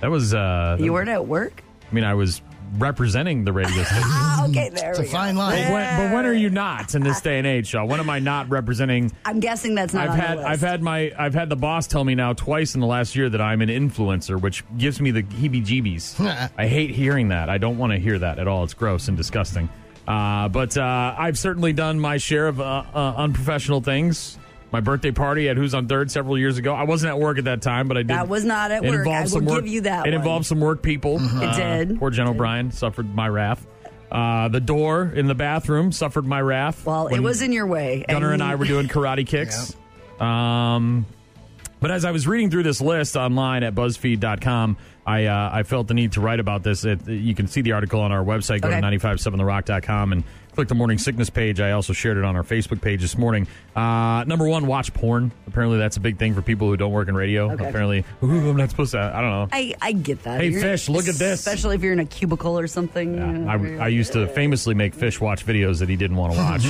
S6: That was. Uh,
S7: You weren't at work?
S6: I mean, I was representing the radio station.
S7: Ah, okay, there
S9: It's a
S7: we go.
S9: fine line.
S6: But when, but when are you not in this day and age, Shaw? When am I not representing?
S7: I'm guessing that's not
S6: I've
S7: on
S6: had
S7: the list.
S6: I've had my I've had the boss tell me now twice in the last year that I'm an influencer, which gives me the heebie-jeebies. I hate hearing that. I don't want to hear that at all. It's gross and disgusting. Uh, but uh, I've certainly done my share of uh, uh, unprofessional things. My birthday party at Who's on Third several years ago. I wasn't at work at that time, but I did.
S7: That was not at
S6: it
S7: work.
S6: involved
S7: I will
S6: some work-
S7: give you that
S6: It
S7: one.
S6: involved some work people. Uh,
S7: It did.
S6: Poor Jen O'Brien suffered my wrath. Uh, the door in the bathroom suffered my wrath. Well,
S7: it was in your way.
S6: Gunner and I were doing karate kicks. Um, but as I was reading through this list online at BuzzFeed.com, I uh, I felt the need to write about this. It, you can see the article on our website. Go
S13: Okay.
S6: to 957therock.com and click the Morning Sickness page. I also shared it on our Facebook page this morning. Uh, number one, watch porn. Apparently, that's a big thing for people who don't work in radio.
S7: Okay.
S6: Apparently, Ooh, I'm not supposed to. I don't know.
S7: I, I get that.
S6: Hey, Fish, look at this.
S7: Especially if you're in a cubicle or something.
S6: I, I used to famously make Fish watch videos that he didn't want to watch.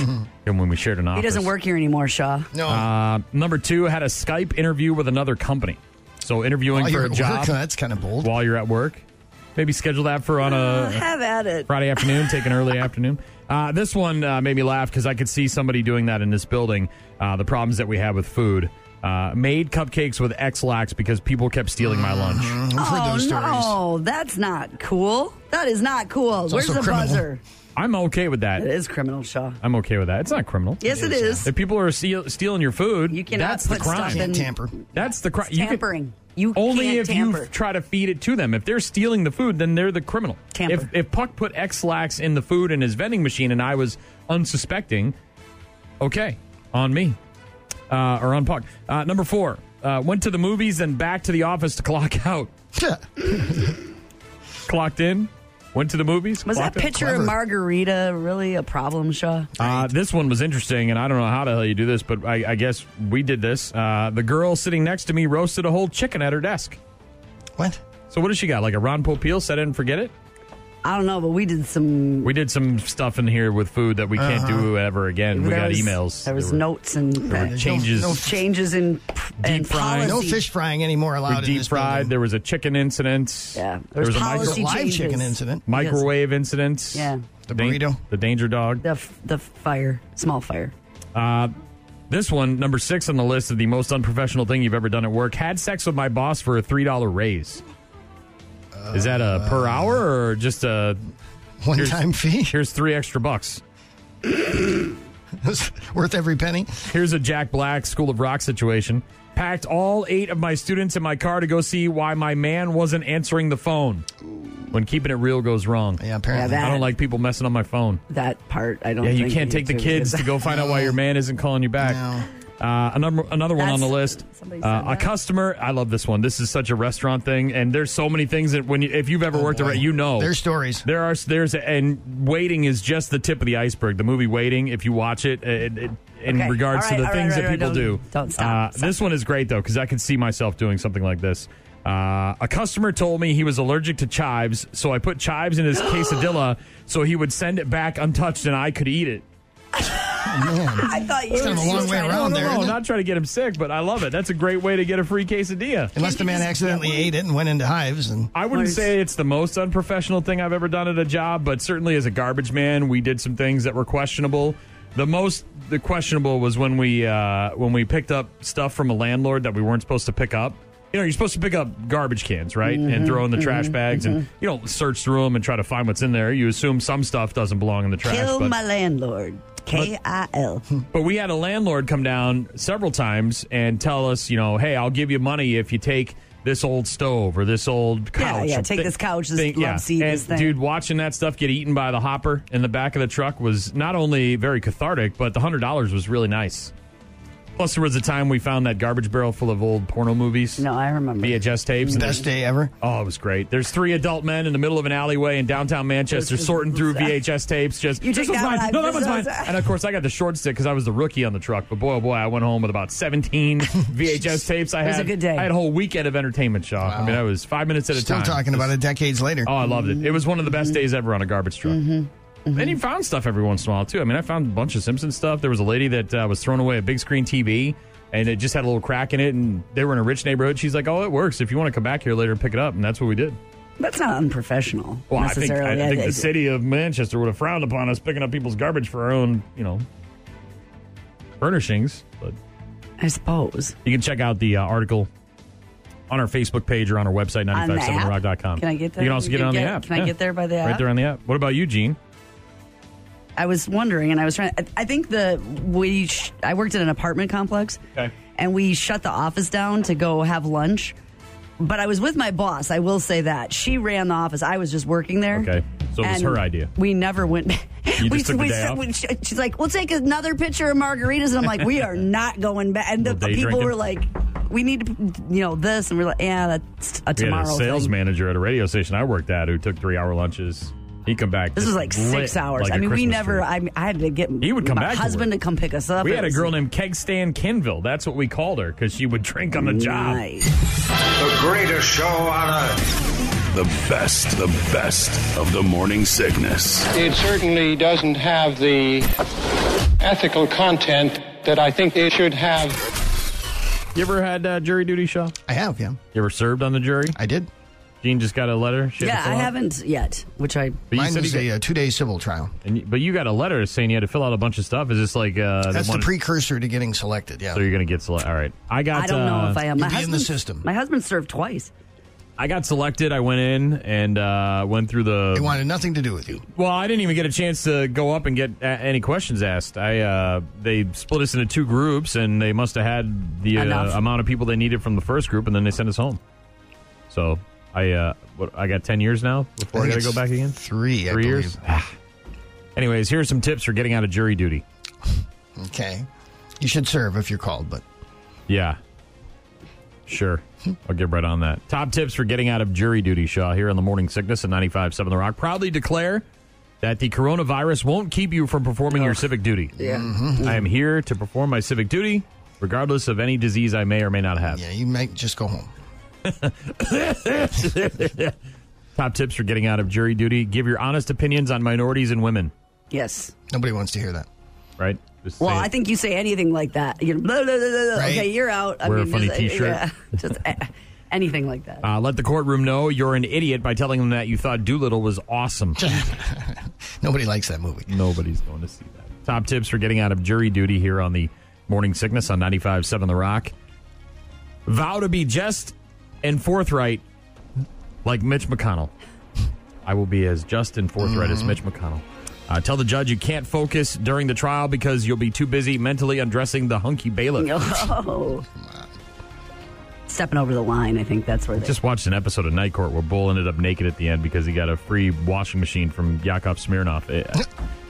S6: and when we shared an office,
S7: he doesn't work here anymore, Shaw.
S6: Uh, number two, had a Skype interview with another company. So interviewing
S7: Oh,
S6: for
S9: While you're
S6: a
S9: at
S6: job.
S9: work? That's kind of bold.
S6: While you're at work, maybe schedule that for on
S7: Uh,
S6: a
S7: have at it.
S6: Friday afternoon, take an early afternoon. Uh, this one uh, made me laugh because I could see somebody doing that in this building. Uh, the problems that we have with food. Uh, made cupcakes with X-Lax because people kept stealing my lunch.
S7: oh, no, that's not cool. That is not cool. Where's the buzzer?
S6: I'm okay with that. It
S7: is criminal, Shaw.
S6: I'm okay with that. It's not criminal.
S7: Yes, It it is. is.
S6: If people are steal- stealing your food, you
S7: cannot
S6: that's the
S7: put
S6: crime.
S7: stuff in- Can't tamper.
S6: That's the crime.
S7: It's tampering. You
S6: only
S7: can't
S6: if
S7: tamper.
S6: you try to feed it to them. If they're stealing the food, then they're the criminal.
S7: Tamper.
S6: If, if Puck put X lax in the food in his vending machine and I was unsuspecting, okay, on me uh, or on Puck. Uh, number four, uh, went to the movies, then back to the office to clock out. clocked in, went to the movies.
S7: Was that
S6: clocked out.
S7: picture of margarita really a problem, Shaw?
S6: Uh, this one was interesting, and I don't know how the hell you do this, but I, I guess we did this. Uh, the girl sitting next to me roasted a whole chicken at her desk.
S9: What?
S6: So what does she got? Like a Ron Popeil set it and forget it?
S7: I don't know, but we did some.
S6: We did some stuff in here with food that we can't
S7: Uh-huh.
S6: do ever again. We
S7: there
S6: got
S7: was-
S6: emails.
S7: There was
S6: were-
S7: notes and
S6: there were
S7: uh,
S6: changes.
S7: no changes in and
S6: frying.
S9: No
S7: policy.
S9: fish frying anymore
S6: we
S9: allowed in
S6: deep
S9: this
S6: fried. There was a chicken incident. Yeah, there was, a micro-
S9: There's a live chicken incident.
S6: microwave incident.
S7: Yeah.
S6: the burrito, the danger dog,
S7: the the fire, small fire.
S6: Uh, this one, number six on the list of the most unprofessional thing you've ever done at work, had sex with my boss for a three dollar raise. Is that a per hour or just a
S9: one time fee?
S6: Here's three extra bucks.
S9: worth every penny.
S6: Here's a Jack Black School of Rock situation. Packed all eight of my students in my car to go see why my man wasn't answering the phone. When keeping it real goes wrong. Yeah,
S7: apparently. Yeah, that-
S6: I don't like people messing on my phone.
S7: That part I don't.
S6: yeah, you
S7: think
S6: can't
S7: you
S6: take the
S7: do,
S6: kids
S7: because-
S6: to go find out why your man isn't calling you back. Uh, another another one on the list.
S7: somebody
S6: Uh,
S7: said
S6: a customer. I love this one. This is such a restaurant thing, and there's so many things that when you, if you've ever worked at a you know
S9: There's stories.
S6: There are there's and waiting is just the tip of the iceberg. The movie Waiting, if you watch it, it, it in
S7: Okay.
S6: regards
S7: All right,
S6: to the
S7: all right,
S6: things
S7: all right,
S6: that people
S7: all right.
S6: do.
S7: Don't- don't stop.
S6: Uh, This one is great though because I could see myself doing something like this. Uh, a customer told me he was allergic to chives, so I put chives in his quesadilla so he would send it back untouched and I could eat it.
S7: I thought you
S9: It's kind
S7: were
S9: of a long
S7: just
S9: way
S7: trying to-
S9: around
S6: no,
S9: there,
S6: no,
S9: isn't it?
S6: not trying to get him sick, but I love it. That's a great way to get a free quesadilla.
S9: Unless the man accidentally ate it and went into hives and
S6: I wouldn't say it's the most unprofessional thing I've ever done at a job, but certainly as a garbage man, we did some things that were questionable. The most the questionable was when we uh, when we picked up stuff from a landlord that we weren't supposed to pick up. You know, you're supposed to pick up garbage cans, right?
S14: Mhm,
S6: and throw in the trash
S14: mhm,
S6: bags,
S14: mhm.
S6: and you don't search through them and try to find what's in there. You assume some stuff doesn't belong in the trash.
S7: Kill
S6: but- Hmm.
S7: my landlord. K I L.
S6: but we had a landlord come down several times and tell us, you know, hey, I'll give you money if you take this old stove or this old
S7: Yeah,
S6: couch.
S7: yeah,
S6: or
S7: take this couch, this love seat,
S6: And
S7: this thing.
S6: dude, watching that stuff get eaten by the hopper in the back of the truck was not only very cathartic, but the hundred dollars was really nice. Plus, there was a time we found that garbage barrel full of old porno movies. No,
S7: I remember
S6: VHS tapes.
S9: Best day ever.
S6: Oh, it was great. There's three adult men in the middle of an alleyway in downtown Manchester sorting through VHS tapes. Just
S14: You
S6: this
S14: take
S6: one's
S14: that
S6: mine.
S14: one,
S6: No,
S14: this
S6: that one's mine.
S14: one's-
S6: And of course, I got the short stick because I was the rookie on the truck. But boy, oh boy, I went home with about 17 VHS tapes. I
S9: It was
S6: had
S9: a good day.
S6: I had a whole weekend of entertainment, Shaw. I mean, I was five minutes at a
S9: Still
S6: time.
S9: talking about it decades later.
S6: Oh, I loved it. It was one of the best days ever on a garbage truck. And you found stuff every once in a while too. I mean, I found a bunch of Simpson stuff. There was a lady that uh, was throwing away a big screen TV, and it just had a little crack in it. And they were in a rich neighborhood. She's like, "Oh, it works. If you want to come back here later and pick it up," and that's what we did.
S7: That's not unprofessional.
S6: Well, I think,
S7: necessarily.
S6: I think the city of Manchester would have frowned upon us picking up people's garbage for our own, you know, furnishings. But
S7: I suppose
S6: you can check out the uh, article on our Facebook page or on our website,
S7: On the
S6: 957rock.com.
S7: app? Can I get there?
S6: You can also
S7: You
S6: get it
S7: can
S6: on the
S7: get-
S6: app.
S7: can I get there by the
S6: Right
S7: app?
S6: there on the app. What about you, Gene?
S7: I was wondering, and I was trying. I, I think the we sh- I worked at an apartment complex,
S6: Okay.
S7: and we shut the office down to go have lunch. But I was with my boss. I will say that she ran the office. I was just working there.
S6: Okay. So it was
S7: And
S6: her idea.
S7: We never went. back.
S6: You
S7: we,
S6: just took the
S7: we,
S6: day
S7: said-
S6: off?
S7: we- she- she's like, "We'll take another pitcher of margaritas," and I'm like, "We are not going back." And the
S6: Little day
S7: people were like,
S6: drinking.
S7: "We need to, you know, this," and we're like, "Yeah, that's a
S6: We had a
S7: tomorrow."
S6: sales
S7: thing."
S6: manager at a radio station I worked at who took three hour lunches. He come back.
S7: This
S6: just
S7: was like
S6: lit
S7: six hours.
S6: like
S7: I
S6: a
S7: mean, we
S6: Christmas
S7: never.
S6: tree.
S7: I, mean, I had to get
S6: He would come
S7: my
S6: back to
S7: husband to, come pick us up.
S6: we
S7: It
S6: had a
S7: was-
S6: girl named Kegstan Kinville. That's what we called her because she would drink on the job.
S3: The greatest show on earth.
S4: The best, the best of the morning sickness.
S8: It certainly doesn't have the ethical content that I think it should have.
S6: You ever had uh, jury duty, Shaw?
S9: I have, yeah.
S6: You ever served on the jury?
S9: I did.
S6: Gene just got a letter. She had
S7: Yeah,
S6: to fill
S7: I
S6: out.
S7: haven't yet, which I.
S6: But you
S9: Mine
S6: said
S9: was
S6: you
S9: a, uh, two-day civil trial.
S6: And you, but you got a letter saying you had to fill out a bunch of stuff. Is this like uh,
S9: That's the
S6: one-
S9: precursor to getting selected. Yeah.
S6: So you're gonna get selected. All right, I got.
S7: I don't know
S6: uh,
S7: if I am. My
S9: You'd be in the
S7: husband-
S9: system.
S7: My husband served twice.
S6: I got selected. I went in and uh, went through the.
S9: They wanted nothing to do with you.
S6: Well, I didn't even get a chance to go up and get a- any questions asked. I uh, they split us into two groups, and they must have had the uh,
S14: Enough.
S6: amount of people they needed from the first group, and then they sent us home. So I uh, what I got ten years now before I,
S9: think
S6: got to go
S9: it's
S6: back again.
S9: Three, I
S6: three years. Anyways, here's some tips for getting out of jury duty.
S9: Okay. You should serve if you're called, but
S6: Yeah. Sure. I'll get right on that. Top tips for getting out of jury duty, Shaw, here on the Morning Sickness at 95.7 The Rock. Proudly declare that the coronavirus won't keep you from performing your civic duty.
S7: Yeah.
S9: Mm-hmm.
S6: I am here to perform my civic duty, regardless of any disease I may or may not have.
S9: yeah, you might just go home.
S6: Top tips for getting out of jury duty give your honest opinions on minorities and women,
S7: Yes.
S9: Nobody wants to hear that.
S6: right? Just
S7: Well,
S6: say it.
S7: I think you say anything like that. You know, blah, blah, blah, blah, blah.
S6: Right.
S7: Okay, you're out.
S6: Wear a funny
S7: just, uh,
S6: t-shirt.
S7: Yeah, just a- anything like that.
S6: Uh, let the courtroom know you're an idiot by telling them that you thought Doolittle was awesome.
S9: Nobody likes that movie.
S6: Nobody's going to see that. Top tips for getting out of jury duty here on the Morning Sickness on 95.7 The Rock. Vow to be just and forthright like Mitch McConnell. I will be as just and forthright
S9: Mm-hmm.
S6: as Mitch McConnell. Uh, tell the judge you can't focus during the trial because you'll be too busy mentally undressing the hunky bailiff.
S7: Oh. stepping over the line. I think that's where they
S6: Just watched an episode of Night Court where Bull ended up naked at the end because he got a free washing machine from Yakov Smirnov. It-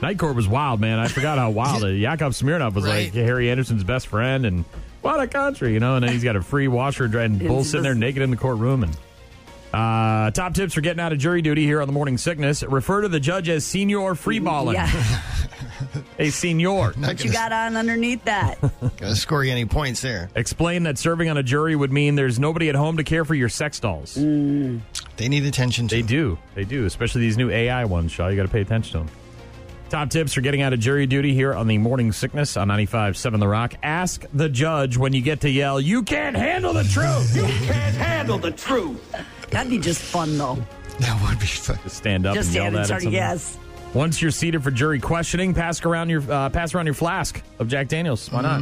S6: Night Court was wild, man. I forgot how wild it. Yakov Smirnov was like Harry Anderson's best friend and what a country, you know. And then he's got a free washer and dry- and Bull sitting there naked in the courtroom and. Uh, top tips for getting out of jury duty here on the morning sickness. Refer to the judge as Senior Freeballing.
S7: Yeah,
S6: Hey, Senior.
S7: what you got on underneath that?
S6: Gonna score you any points there. Explain that serving on a jury would mean there's nobody at home to care for your sex dolls. They need attention. They do. They do, especially these new AI ones. Shaw, you got to pay attention to them. Top tips for getting out of jury duty here on the Morning Sickness on 95.7 The Rock. Ask the judge when you get to yell, "You can't handle the truth." You can't handle the truth.
S7: That'd be just fun though.
S6: That would be fun. Just stand up
S7: Just
S6: and yell
S7: stand and
S6: that
S7: start.
S6: at someone.
S7: Yes.
S6: Once you're seated for jury questioning, pass around your uh, pass around your flask of Jack Daniels. Why not?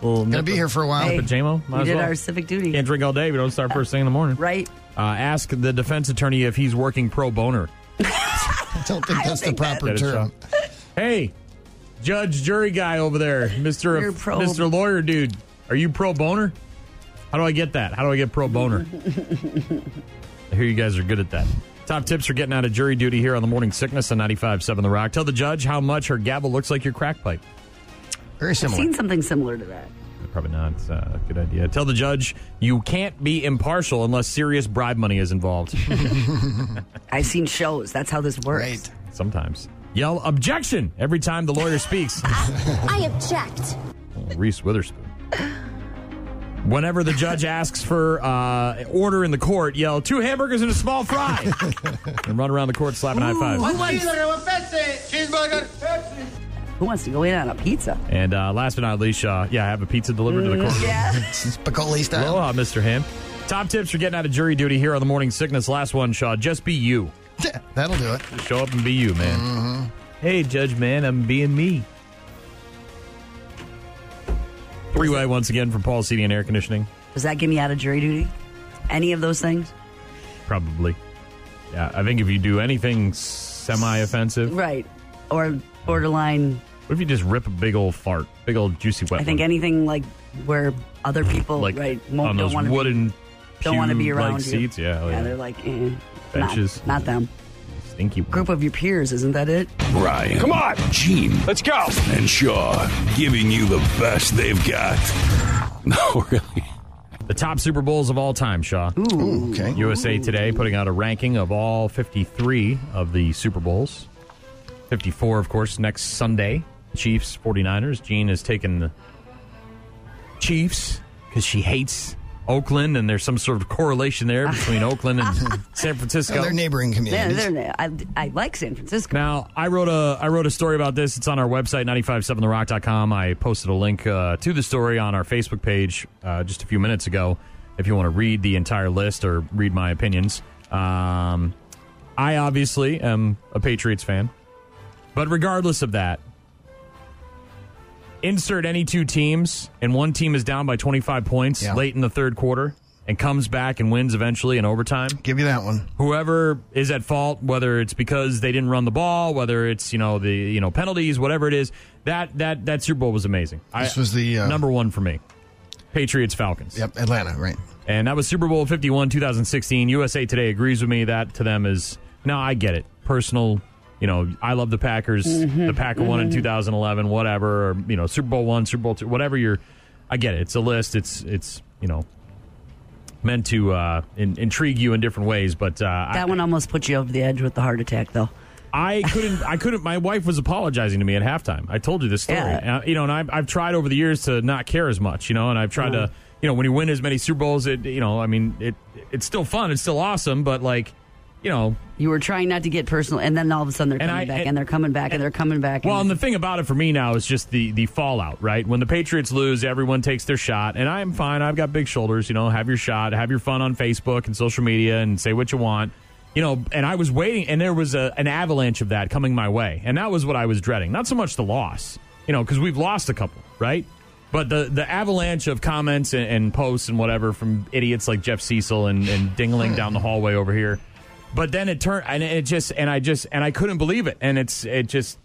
S6: Well,
S7: Mm-hmm. Gonna be here for a while.
S6: Hey,
S7: Hey, we did our civic duty.
S6: Can't drink all day. We don't start first thing in the morning.
S7: Right.
S6: Uh, ask the defense attorney if he's working pro boner. I
S9: don't think that's the proper
S6: That is
S9: term.
S6: so. hey, judge, jury guy over there, Mister
S9: You're pro-
S6: Mister Lawyer dude, are you pro boner? How do I get that? How do I get pro boner? I hear you guys are good at that. Top tips for getting out of jury duty here on the morning sickness on 95.7 The Rock. Tell the judge how much her gavel looks like your crack pipe. Very
S7: I've seen something similar to that.
S6: Probably not uh, a good idea. Tell the judge you can't be impartial unless serious bribe money is involved.
S7: I've seen shows. That's how this works.
S6: Sometimes. Yell objection every time the lawyer speaks.
S15: I object.
S6: Reese Witherspoon. Whenever the judge asks for uh, order in the court, yell two hamburgers and a small fry, and run around the court slapping high fives.
S15: Cheeseburger.
S7: Who wants to go in on a pizza?
S6: And uh, last but not least, uh, yeah, have a pizza delivered to the
S7: Mm,
S6: court.
S7: yeah.
S6: Spicoli style. Aloha, Mr. Ham. Top tips for getting out of jury duty here on the morning sickness. Last one, Shaw. Just be you. That'll do it. Just show up and be you, man. Hey, Judge Man, I'm being me. Three way once again from Paul Seating and Air Conditioning.
S7: Does that get me out of jury duty? Any of those things?
S6: Probably. Yeah, I think if you do anything semi offensive.
S7: Right. Or borderline.
S6: What if you just rip a big old fart? Big old juicy wet
S7: I think
S6: one?
S7: anything like where other people
S6: Like
S7: right won't, don't
S6: on those
S7: want to
S6: wooden
S7: don't want to be
S6: pew-like
S7: around you.
S6: seats. Yeah, oh, yeah.
S7: they're like eh,
S6: Benches.
S7: Not, not them.
S6: Stinky.
S7: Group of your peers, isn't that it?
S4: Ryan. Come on. Gene. Let's go. And Shaw giving you the best they've got. No, really.
S6: The top Super Bowls of all time, Shaw.
S9: Ooh, okay.
S6: USA Today putting out a ranking of all 53 of the Super Bowls. 54, of course, next Sunday. Chiefs, 49ers. Jean has taken the Chiefs because she hates Oakland, and there's some sort of correlation there between Oakland and San Francisco.
S9: They're neighboring
S7: Yeah,
S9: communities.
S7: they're- I, I like San Francisco.
S6: Now, I wrote a I wrote a story about this. It's on our website, 957therock.com. I posted a link uh, to the story on our Facebook page uh, just a few minutes ago. If you want to read the entire list or read my opinions, um, I obviously am a Patriots fan. But regardless of that, insert any two teams, and one team is down by 25 points late in the third quarter and comes back and wins eventually in overtime.
S9: Give you that one.
S6: Whoever is at fault, whether it's because they didn't run the ball, whether it's you know the you know penalties, whatever it is, that that that Super Bowl was amazing.
S9: This was the, uh,
S6: number one for me. Patriots Falcons.
S9: Yep, Atlanta, right.
S6: And that was Super Bowl 51, 2016. USA Today agrees with me. That to them is, no, I get it. Personal, you know, I love the Packers.
S14: Mhm.
S6: The Packer won in
S14: Mhm.
S6: 2011, whatever. Or, you know, Super Bowl one, Super Bowl two, whatever you're, I get it. It's a list. It's, it's you know, meant to uh, in, intrigue you in different ways. But uh, I,
S7: That one almost put you over the edge with the heart attack, though.
S6: I couldn't. I couldn't. My wife was apologizing to me at halftime. I told you this story.
S7: Yeah.
S6: And I- you know, and I've, I've tried over the years to not care as much. You know, and I've tried
S14: Yeah.
S6: to. You know, when you win as many Super Bowls, it. You know, I mean, it. It's still fun. It's still awesome. But like, you know,
S7: You were trying not to get personal, and then all of a sudden they're coming back, and, they're coming back, and, they're coming back.
S6: Well, and the thing about it for me now is just the the fallout, right? When the Patriots lose, everyone takes their shot, and I'm fine. I've got big shoulders, you know. Have your shot, have your fun on Facebook and social media, and say what you want, you know. And I was waiting, and there was a, an avalanche of that coming my way, and that was what I was dreading. Not so much the loss, you know, because we've lost a couple, right? But the, the avalanche of comments and, and posts and whatever from idiots like Jeff Cecil and, and Dingling down the hallway over here. But then it turned, and it just, and I just, and I couldn't believe it. And it's, it just,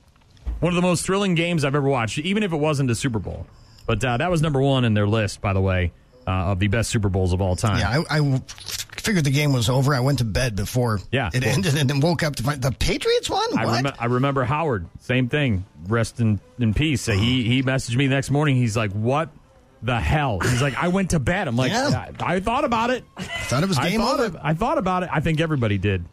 S6: one of the most thrilling games I've ever watched, even if it wasn't a Super Bowl. But uh, that was number one in their list, by the way. uh, of the best Super Bowls of all time.
S9: Yeah, I, I figured the game was over. I went to bed before
S6: Yeah.
S9: it ended and then woke up to find the Patriots won? What?
S6: I, remem- I remember Howard, same thing. Rest in, in peace. Uh, he he messaged me the next morning. He's like, "What the hell?" He's like, "I went to bed." I'm like,
S9: Yeah.
S6: I, I thought about it. I
S9: thought it was game
S6: thought
S9: over.
S6: ab- I thought about it. I think everybody did.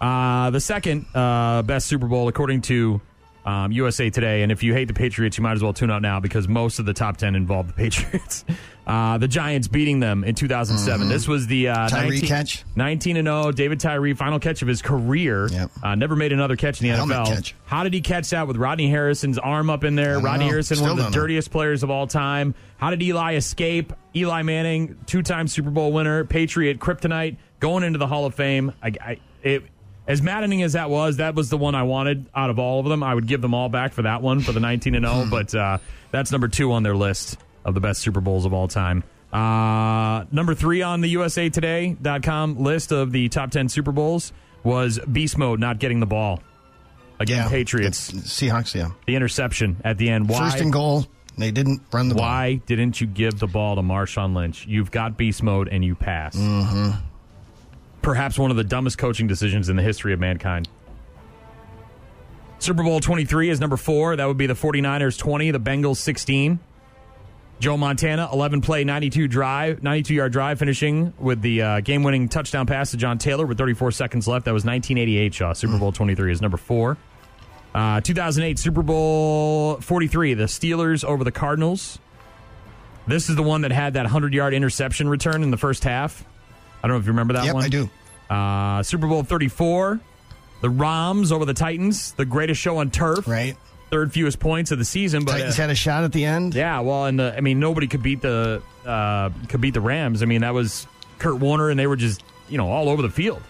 S6: Uh, the second uh, best Super Bowl, according to um, USA Today, and if you hate the Patriots, you might as well tune out now because most of the top ten involved the Patriots. Uh, the Giants beating them in 2007.
S9: Mhm.
S6: This was the uh,
S9: Tyree
S6: 19
S9: catch.
S6: 19 and 0. David Tyree, final catch of his career. Uh, never made another catch in the
S9: Helmet
S6: NFL.
S9: catch.
S6: How did he catch that with Rodney Harrison's arm up in there?
S9: don't
S6: Rodney
S9: know.
S6: Harrison,
S9: Still
S6: one of the
S9: don't know.
S6: dirtiest players of all time. How did Eli escape? Eli Manning, two time Super Bowl winner, Patriot, Kryptonite, going into the Hall of Fame. I, I, it, as maddening as that was, that was the one I wanted out of all of them. I would give them all back for that one for the 19 and
S9: Hmm.
S6: 0, but uh, that's number two on their list of the best Super Bowls of all time. Uh, number three on the USA Today.com list of the top 10 Super Bowls was Beast Mode not getting the ball. Again, Patriots.
S9: Seahawks, yeah.
S6: The interception at the end. Why?
S9: First and goal. They didn't run the ball.
S6: Why didn't you give the ball to Marshawn Lynch? You've got beast mode and you pass.
S9: Mhm.
S6: Perhaps one of the dumbest coaching decisions in the history of mankind. Super Bowl 23 is number four. That would be the 49ers 20, the Bengals 16. Joe Montana, 11 play, 92 drive, 92 yard drive, finishing with the uh, game winning touchdown pass to John Taylor with 34 seconds left. That was 1988. Shaw Super
S9: Mm.
S6: Bowl 23 is number four. Uh, 2008 Super Bowl 43, the Steelers over the Cardinals. This is the one that had that 100 yard interception return in the first half. I don't know if you remember that
S9: Yep,
S6: one.
S9: I do.
S6: Uh, Super Bowl 34, the Rams over the Titans, the greatest show on turf.
S9: Right.
S6: Third fewest points of the season, but
S9: Titans
S6: uh,
S9: had a shot at the end.
S6: yeah, well, and the, I mean, nobody could beat the uh, could beat the Rams. I mean, that was Kurt Warner, and they were just you know all over the field.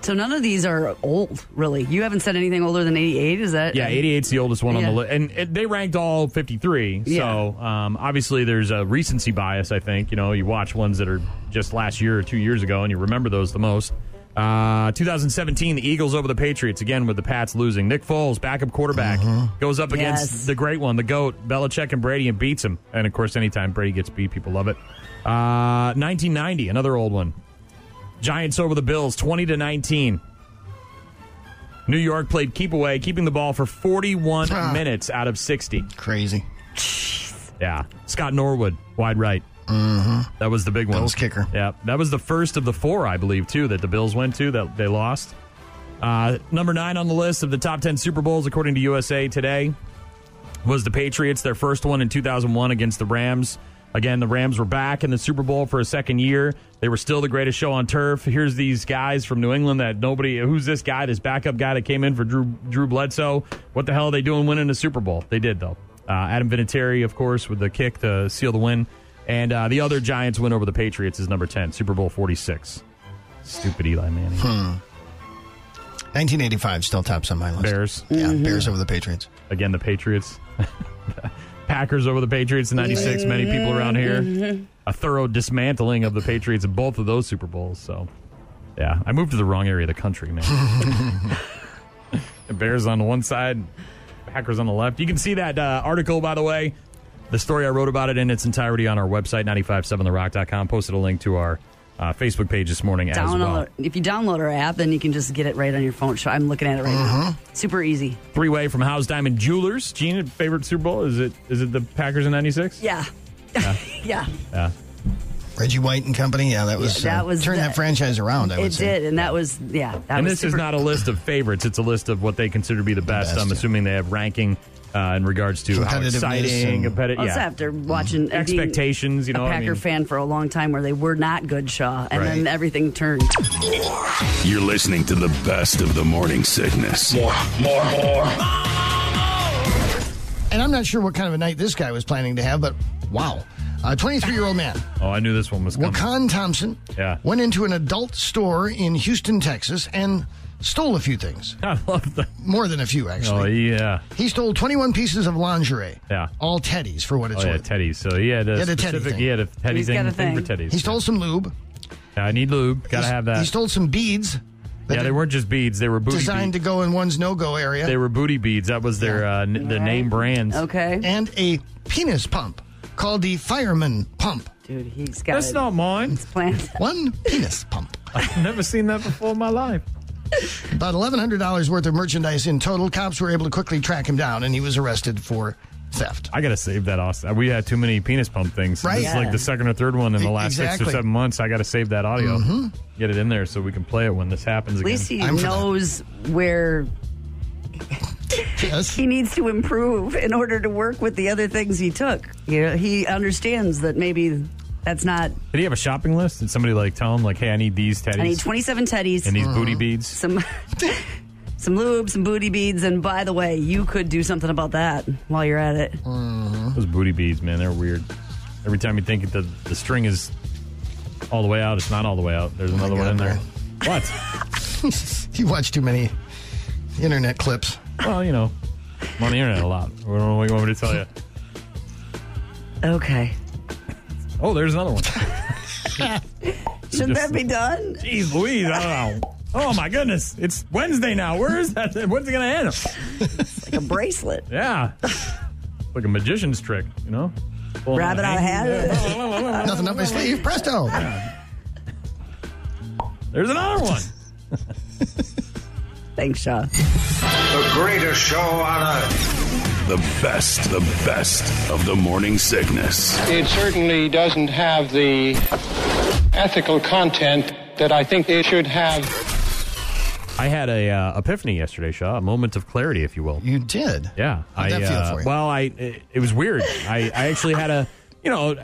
S7: So none of these are old, really. You haven't said anything older than 88, is that?
S6: Yeah, 88's the oldest one on the
S7: Yeah.
S6: list, and it, they ranked all 53. So um, obviously, there's a recency bias. I think you know you watch ones that are just last year or two years ago, and you remember those the most. Uh, 2017, the Eagles over the Patriots again with the Pats losing. Nick Foles, backup quarterback, goes up
S14: Yes.
S6: against the great one, the goat, Belichick and Brady, and beats him. And of course, anytime Brady gets beat, people love it. Uh, 1990, another old one. Giants over the Bills, 20 to 19. New York played keep away, keeping the ball for 41 minutes out of 60.
S9: Crazy.
S6: Yeah. Scott Norwood, wide right. Mm-hmm. That was the big one.
S9: Bills kicker.
S6: Yeah. That was the first of the four, I believe, too, that the Bills went to that they lost. Uh, number nine on the list of the top 10 Super Bowls, according to USA Today, was the Patriots, their first one in 2001 against the Rams. Again, the Rams were back in the Super Bowl for a second year. They were still the greatest show on turf. Here's these guys from New England that nobody who's this guy, this backup guy that came in for Drew Drew Bledsoe. What the hell are they doing winning the Super Bowl? They did though. Uh, Adam Vinatieri, of course, with the kick to seal the win, and uh, the other Giants win over the Patriots is number ten, Super Bowl forty six. Stupid Eli Manning.
S9: Hmm. 1985 still tops on my list.
S6: Bears.
S9: Yeah,
S7: Mm-hmm.
S9: Bears over the Patriots.
S6: Again, the Patriots. Packers over the Patriots in 96. Many people around here.
S9: Mhm.
S6: A thorough dismantling of the Patriots in both of those Super Bowls. So, yeah, I moved to the wrong area of the country, man. the Bears on one side, Packers on the left. You can see that uh, article, by the way. The story I wrote about it in its entirety on our website, 957therock.com. Posted a link to our uh, Facebook page this morning as well.
S7: Download, If you download our app, then you can just get it right on your phone. So I'm looking at it right now.
S6: Mm-hmm.
S7: Super easy.
S6: Three way from House Diamond Jewelers. Gina, favorite Super Bowl? Is it is it the Packers in 96?
S7: Yeah.
S6: Yeah.
S7: Yeah.
S6: yeah.
S9: Reggie White and company. Yeah, that was,
S7: Yeah,
S9: uh,
S7: that was
S9: turned
S7: the-
S9: that franchise around. I would
S7: it
S9: say.
S7: did, and that was yeah. That
S6: and
S7: was
S6: this is
S7: super-
S6: not a list of favorites. It's a list of what they consider to be the best.
S9: best,
S6: I'm
S9: yeah.
S6: assuming they have ranking uh, in regards to how
S9: Competitiveness
S6: exciting,
S9: and-
S6: competitive.
S7: Also,
S6: Yeah. Mm-hmm.
S7: after watching and being
S6: Expectations, you know
S7: a
S6: what I
S7: Packer
S6: mean?
S7: fan for a long time, where they were not good, Shaw, and then everything turned.
S4: You're listening to the best of the morning sickness. More, more, more.
S9: And I'm not sure what kind of a night this guy was planning to have, but wow. A 23 year old man,
S6: Oh, I knew this one was coming.
S9: Wakan Thompson,
S6: Yeah.
S9: went into an adult store in Houston, Texas, and stole a few things.
S6: I love that.
S9: More than a few,
S6: Oh,
S9: actually.
S6: yeah.
S9: He stole 21 pieces of lingerie,
S6: Yeah.
S9: all teddies for what
S6: Oh,
S9: it's
S6: yeah,
S9: worth.
S6: Teddy. So he had a,
S9: He had a Teddy
S6: specific,
S9: thing.
S6: he had a Teddy
S9: He's
S6: thing,
S9: got a
S6: for
S9: thing.
S6: Teddies.
S9: He stole some lube.
S6: Yeah, I need lube. Gotta
S9: He-
S6: have that.
S9: He stole some beads that
S6: yeah, they weren't just beads. They were booty
S9: designed
S6: beads.
S9: to go in one's no go area.
S6: They were booty beads. That was their uh, n- the name brands.
S7: Okay.
S9: And a penis pump called the fireman pump.
S7: Dude, he's got
S6: That's
S7: it.
S6: not mine.
S7: It's planned.
S9: One penis pump.
S6: I've never seen that before in my life.
S9: About $1,100 worth of merchandise in total. Cops were able to quickly track him down, and he was arrested for theft.
S6: I gotta save that, Austin. We had too many penis pump things.
S9: Right.
S6: This is like
S9: Yeah.
S6: the second or third one in the
S9: E-
S6: last six
S9: exactly.
S6: or seven months. I gotta save that audio,
S9: Mhm.
S6: get it in there so we can play it when this happens
S7: At
S6: again.
S7: least he knows where he needs to improve in order to work with the other things he took. You know, he understands that maybe that's not.
S6: Did he have a shopping list? Did somebody like tell him like, "Hey, I need these teddies
S7: I need 27 teddies.
S6: and these
S9: Uh-huh.
S6: booty beads"?
S7: Some. Some lube, some booty beads, and by the way, you could do something about that while you're at it.
S6: Those booty beads, man, they're weird. Every time you think the the string is all the way out, it's not all the way out. There's another one in there.
S9: What? you watch too many internet clips.
S6: Well, you know, I'm on the internet a lot. What do you want me to tell you?
S7: Okay.
S6: Oh, there's another one.
S7: Should that be done?
S6: Jeez Louise, I don't know. Oh my goodness, it's Wednesday now. Where is that? When's it gonna end?
S7: Like a bracelet.
S6: Yeah, like a magician's trick, you know. Pulling
S7: Grab it
S6: a
S7: out of
S6: hand.
S7: hat.
S9: Nothing up my sleeve. Presto.
S6: There's another one.
S7: Thanks, Shaw.
S10: The greatest show on earth.
S4: The best, the best of the morning sickness.
S8: It certainly doesn't have the ethical content that I think it should have.
S6: I had a uh, epiphany yesterday, Shaw. A moment of clarity, if you will.
S9: You did.
S6: Yeah.
S9: How'd
S6: I,
S9: that feel
S6: uh,
S9: for you?
S6: Well, I it, it was weird. I, I actually had a you know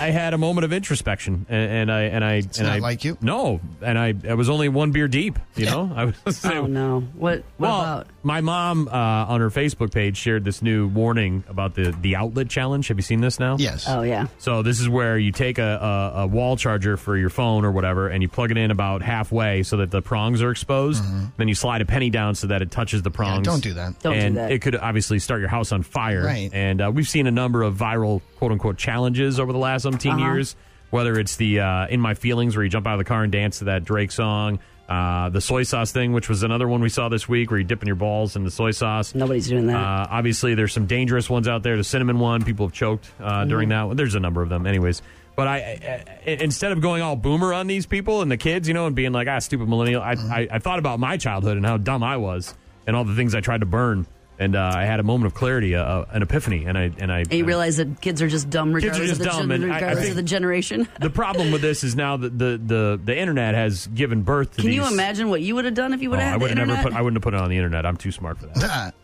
S6: I had a moment of introspection, and, and I and I and
S9: not
S6: I
S9: like you.
S6: No, and I I was only one beer deep. You know, I was.
S7: Oh no! What? What
S6: well,
S7: about?
S6: my mom uh, on her Facebook page shared this new warning about the the outlet challenge. Have you seen this now?
S9: Yes.
S7: Oh yeah.
S6: So this is where you take a, a, a wall charger for your phone or whatever, and you plug it in about halfway so that the prongs are exposed. Then you slide a penny down so that it touches the prongs.
S9: Mm-hmm. don't do that. Don't do
S6: and
S9: that.
S6: it could obviously start your house on fire.
S9: Right.
S6: And uh, we've seen a number of viral quote unquote challenges over the last umpteen
S9: Uh-huh.
S6: years. Whether it's the uh, "In My Feelings" where you jump out of the car and dance to that Drake song, uh, the soy sauce thing, which was another one we saw this week, where you dip in your balls in the soy sauce.
S7: Nobody's doing that.
S6: Uh, obviously, there's some dangerous ones out there. The cinnamon one, people have choked
S7: Mm-hmm.
S6: uh, during that one. There's a number of them, anyways. But I, I, I, instead of going all boomer on these people and the kids, you know, and being like, ah, stupid millennial, I,
S7: Mm-hmm.
S6: I, I thought about my childhood and how dumb I was and all the things I tried to burn. And uh, I had a moment of clarity, uh, uh, an epiphany, and I and I
S7: And you realize that kids are just dumb
S6: Kids are
S7: regardless,
S6: just
S7: of, the
S6: dumb,
S7: gen-
S6: and I- I
S7: regardless
S6: think-
S7: of the generation.
S6: the problem with this is now that the, the, the internet has given birth to
S7: Can
S6: these.
S7: you imagine what you would have done if you
S6: Oh,
S7: would
S6: I
S7: have had the
S6: would never
S7: internet?
S6: put. I wouldn't have put it on the internet. I'm too smart for that.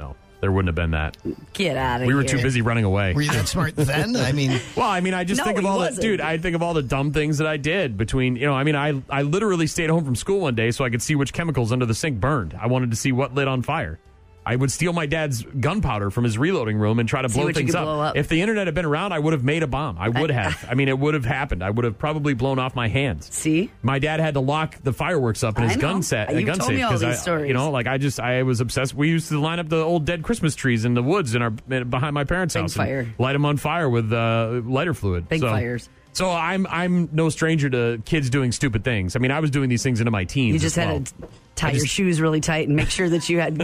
S6: no, there wouldn't have been that.
S7: Get out of
S6: We
S7: here.
S6: were too busy running away.
S9: Were you that smart then? I mean,
S6: well, I mean, I just
S7: No,
S6: think of
S7: he
S6: all the
S7: wasn't.
S6: dude. I think of all the dumb things that I did between you know. I mean, I I literally stayed home from school one day so I could see which chemicals under the sink burned. I wanted to see what lit on fire. I would steal my dad's gunpowder from his reloading room and try to
S7: See
S6: blow
S7: what you
S6: things
S7: could blow up.
S6: If the internet had been around, I would have made a bomb. I would have. I mean, it would have happened. I would have probably blown off my hands.
S7: See,
S6: my dad had to lock the fireworks up in
S7: I
S6: his
S7: know.
S6: gun set.
S7: You've
S6: gun
S7: told
S6: safe
S7: me all
S6: 'cause
S7: these
S6: I,
S7: stories.
S6: You know, like I just I was obsessed. We used to line up the old dead Christmas trees in the woods in our behind my parents' house. and
S7: fire.
S6: Light them on fire with uh, lighter fluid.
S7: Big
S6: so,
S7: fires.
S6: So I'm I'm no stranger to kids doing stupid things. I mean, I was doing these things into my teens.
S7: you just
S6: as
S7: had to
S6: well.
S7: tie
S6: I just-
S7: your shoes really tight and make sure that you had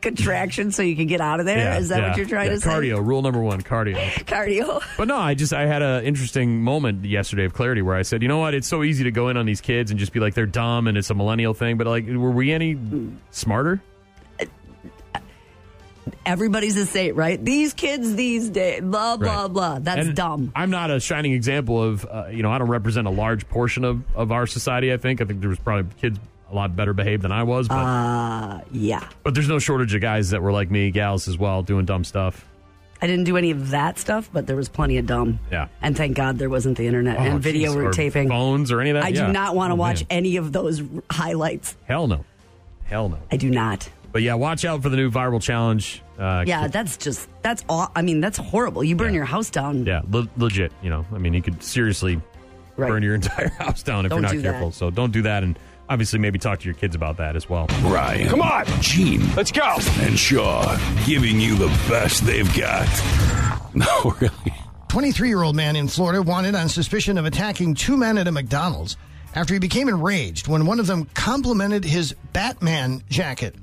S7: contractions so you could get out of there. Is
S6: Yeah,
S7: that
S6: yeah,
S7: what you're trying
S6: yeah.
S7: to say?
S6: Cardio, rule number one, cardio.
S7: Cardio.
S6: But no, I just I had an interesting moment yesterday of clarity where I said, you know what, it's so easy to go in on these kids and just be like they're dumb and it's a millennial thing, but like were we any smarter?
S7: Everybody's the same, right? These kids these days, blah blah
S6: Right.
S7: blah. That's
S6: And
S7: dumb.
S6: I'm not a shining example of, uh, you know, I don't represent a large portion of, of our society, I think. I think there was probably kids a lot better behaved than I was. But,
S7: uh, yeah.
S6: But there's no shortage of guys that were like me, gals as well, doing dumb stuff.
S7: I didn't do any of that stuff, but there was plenty of dumb.
S6: Yeah.
S7: And thank God there wasn't the internet and
S6: Oh,
S7: video
S6: geez,
S7: were
S6: or
S7: taping.
S6: Phones or any of that.
S7: I
S6: yeah.
S7: do not want to
S6: Oh,
S7: watch
S6: man.
S7: any of those r- highlights.
S6: Hell no. Hell no.
S7: I do not.
S6: But yeah, watch out for the new viral challenge. Uh,
S7: yeah, that's just that's all. I mean, that's horrible. You burn your house down.
S6: Yeah, le- legit. You know, I mean, you could seriously burn your entire house down if
S7: Don't
S6: you're
S7: do
S6: not
S7: that.
S6: careful. So don't do that, and obviously maybe talk to your kids about that as well.
S4: Ryan. Come on. Gene. Let's go. And Shaw giving you the best they've got. No, really.
S9: 23 year old man in Florida wanted on suspicion of attacking two men at a McDonald's after he became enraged when one of them complimented his Batman jacket.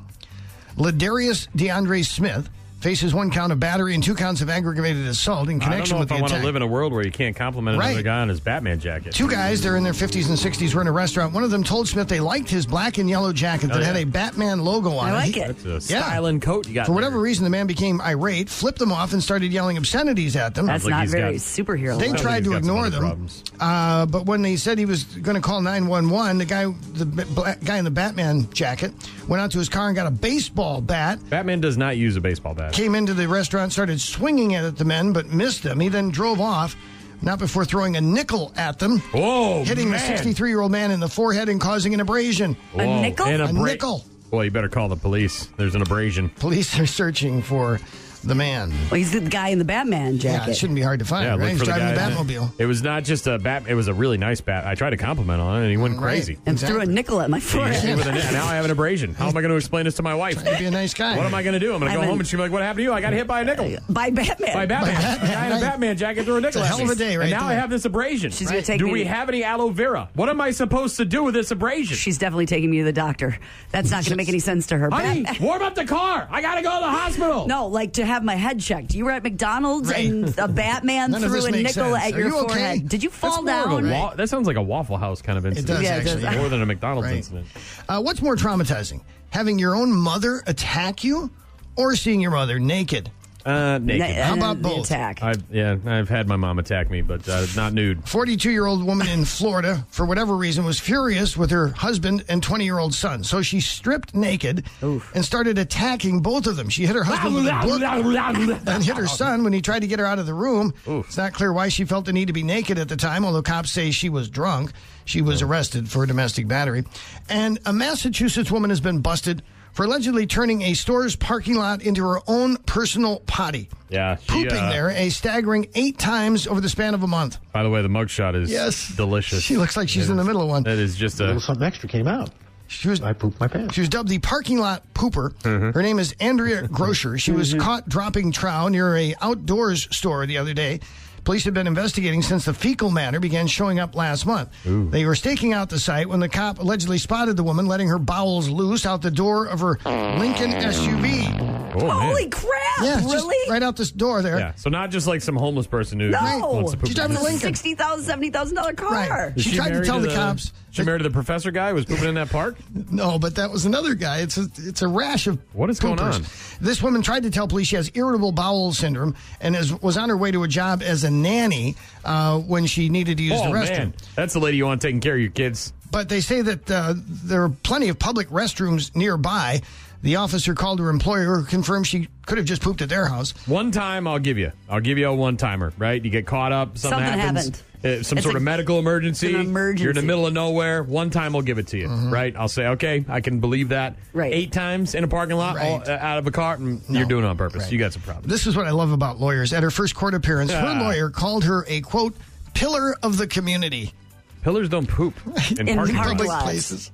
S9: Ladarius DeAndre Smith faces one count of battery and two counts of aggravated assault in connection
S6: I don't
S9: with
S6: know
S9: the
S6: if I
S9: attack.
S6: want to live in a world where you can't compliment another
S9: Right.
S6: guy on his Batman jacket.
S9: Two guys, they're in their 50s and 60s, were in a restaurant. One of them told Smith they liked his black and yellow jacket that
S6: Oh, yeah.
S9: had a Batman logo on
S6: I
S9: it.
S6: like
S9: He-
S6: it. That's a styling coat you got
S9: For whatever reason, the man became irate, flipped them off, and started yelling obscenities at them.
S7: That's Sounds like not he's very got- superhero-like.
S9: They
S7: Sounds like
S9: tried
S7: he's
S9: to
S7: got some
S9: ignore
S7: other
S9: them.
S7: problems.
S9: Uh, but when they said he was going to call 911, the guy, the b- black guy in the Batman jacket, went out to his car and got a baseball bat
S6: Batman does not use a baseball bat.
S9: came into the restaurant, started swinging it at the men, but missed them. He then drove off, not before throwing a nickel at them.
S6: Whoa,
S9: hitting
S6: Oh, man.
S9: the 63 year old man in the forehead and causing an abrasion.
S6: Whoa. And
S9: a,
S6: abra-
S9: nickel.
S6: Well, you better call the police. There's an abrasion.
S9: Police are searching for the man.
S7: Well, he's the guy in the Batman jacket.
S9: Yeah, it shouldn't be hard to find.
S6: Yeah,
S9: right?
S6: look
S9: He's
S6: for the
S9: driving
S6: guy.
S9: the Batmobile.
S6: It was not just a bat. It was a really nice bat. I tried to compliment on it, and he went crazy.
S7: And threw a nickel at my
S6: He hit me
S7: forehead.
S6: with a net. now I have an abrasion. How am I going to explain this to my wife?
S9: be a nice guy.
S6: What am I going to do? I'm going
S7: I
S6: to go
S7: have
S6: home
S7: an-
S6: and she'll be like, "What happened to you? I got hit by a nickel."
S7: By Batman.
S6: By Batman. A guy in a Batman jacket threw a nickel
S9: a
S6: at
S9: hell
S6: me.
S9: of a day right
S6: And now I
S9: there.
S6: have this abrasion.
S7: She's gonna take
S6: Do
S7: me
S6: we
S7: to-
S6: have any aloe vera? What am I supposed to do with this abrasion?
S7: She's definitely taking me to the doctor. That's not going to make any sense to her.
S6: Honey,
S7: Bat-
S6: warm up the car. I got to go to the hospital.
S7: No, like to have my head checked. You were at McDonald's and a Batman
S9: None of
S7: threw
S9: this
S7: a
S9: makes
S7: nickel
S9: sense.
S7: at
S9: Are
S7: your
S9: you okay?
S7: forehead. Did you fall
S9: That's more of
S7: down?
S9: a
S6: Wa- that sounds like a Waffle House kind of incident.
S9: does,
S7: Yeah, it does. actually.
S6: more than a McDonald's
S9: Right.
S6: incident.
S9: Uh, what's more traumatizing, having your own mother attack you or seeing your mother naked?
S6: Uh, naked.
S9: How about both?
S6: I've, yeah, I've had my mom attack me, but uh, not nude.
S9: 42 year old woman in Florida, for whatever reason, was furious with her husband and 20 year old son. So she stripped naked and started attacking both of them. She hit her husband with a book and hit her son when he tried to get her out of the room. It's not clear why she felt the need to be naked at the time, although cops say she was drunk. She was arrested for domestic battery. And a Massachusetts woman has been busted for allegedly turning a store's parking lot into her own personal potty.
S6: Yeah, she,
S9: Pooping
S6: uh,
S9: there a staggering eight times over the span of a month.
S6: By the way, the mugshot is
S9: Yes.
S6: delicious.
S9: She looks like she's in the middle of one.
S6: That is just a.
S16: something extra came out.
S9: She was,
S16: I pooped my pants. Mm-hmm.
S9: She was dubbed the parking lot pooper. Her name is Andrea Grocer. She was caught dropping trow near a outdoors store the other day. Police have been investigating since the fecal matter began showing up last month. They were staking out the site when the cop allegedly spotted the woman letting her bowels loose out the door of her Lincoln SUV.
S6: Oh, man.
S7: Holy crap!
S9: Yeah, just
S7: really?
S9: right out this door there.
S6: Yeah, so not just like some homeless person who wants
S7: no,
S6: to poop.
S7: It's a sixty thousand, seventy thousand dollar car.
S6: Is
S9: She tried to
S6: married
S9: tell the cops
S6: She married to the professor guy who was pooping in that park?
S9: No, but that was another guy. It's a, it's a rash of
S6: What is going
S9: poopers.
S6: on?
S9: This woman tried to tell police she has irritable bowel syndrome and is, was on her way to a job as a nanny uh, when she needed to use
S6: oh,
S9: the restroom.
S6: man. That's the lady you want taking care of your kids.
S9: But they say that uh, there are plenty of public restrooms nearby. The officer called her employer, who confirmed she could have just pooped at their house.
S6: One time, I'll give you. I'll give you a one timer, right? You get caught up, something,
S7: Something
S6: happens. uh, some
S7: It's
S6: sort
S7: a-
S6: of medical emergency.
S7: it's an emergency.
S6: You're in the middle of nowhere. One time, I'll give it to you, right? I'll say, okay, I can believe that.
S9: Right.
S6: Eight times in a parking lot, all,
S9: Right.
S6: uh, out of a car, mm, you're doing it on purpose.
S9: Right.
S6: You got some problems.
S9: This is what I love about lawyers. At her first court appearance,
S6: Ah.
S9: her lawyer called her a quote pillar of the community.
S6: Pillars don't poop in,
S9: In
S6: parking
S9: public
S6: lots.
S9: places.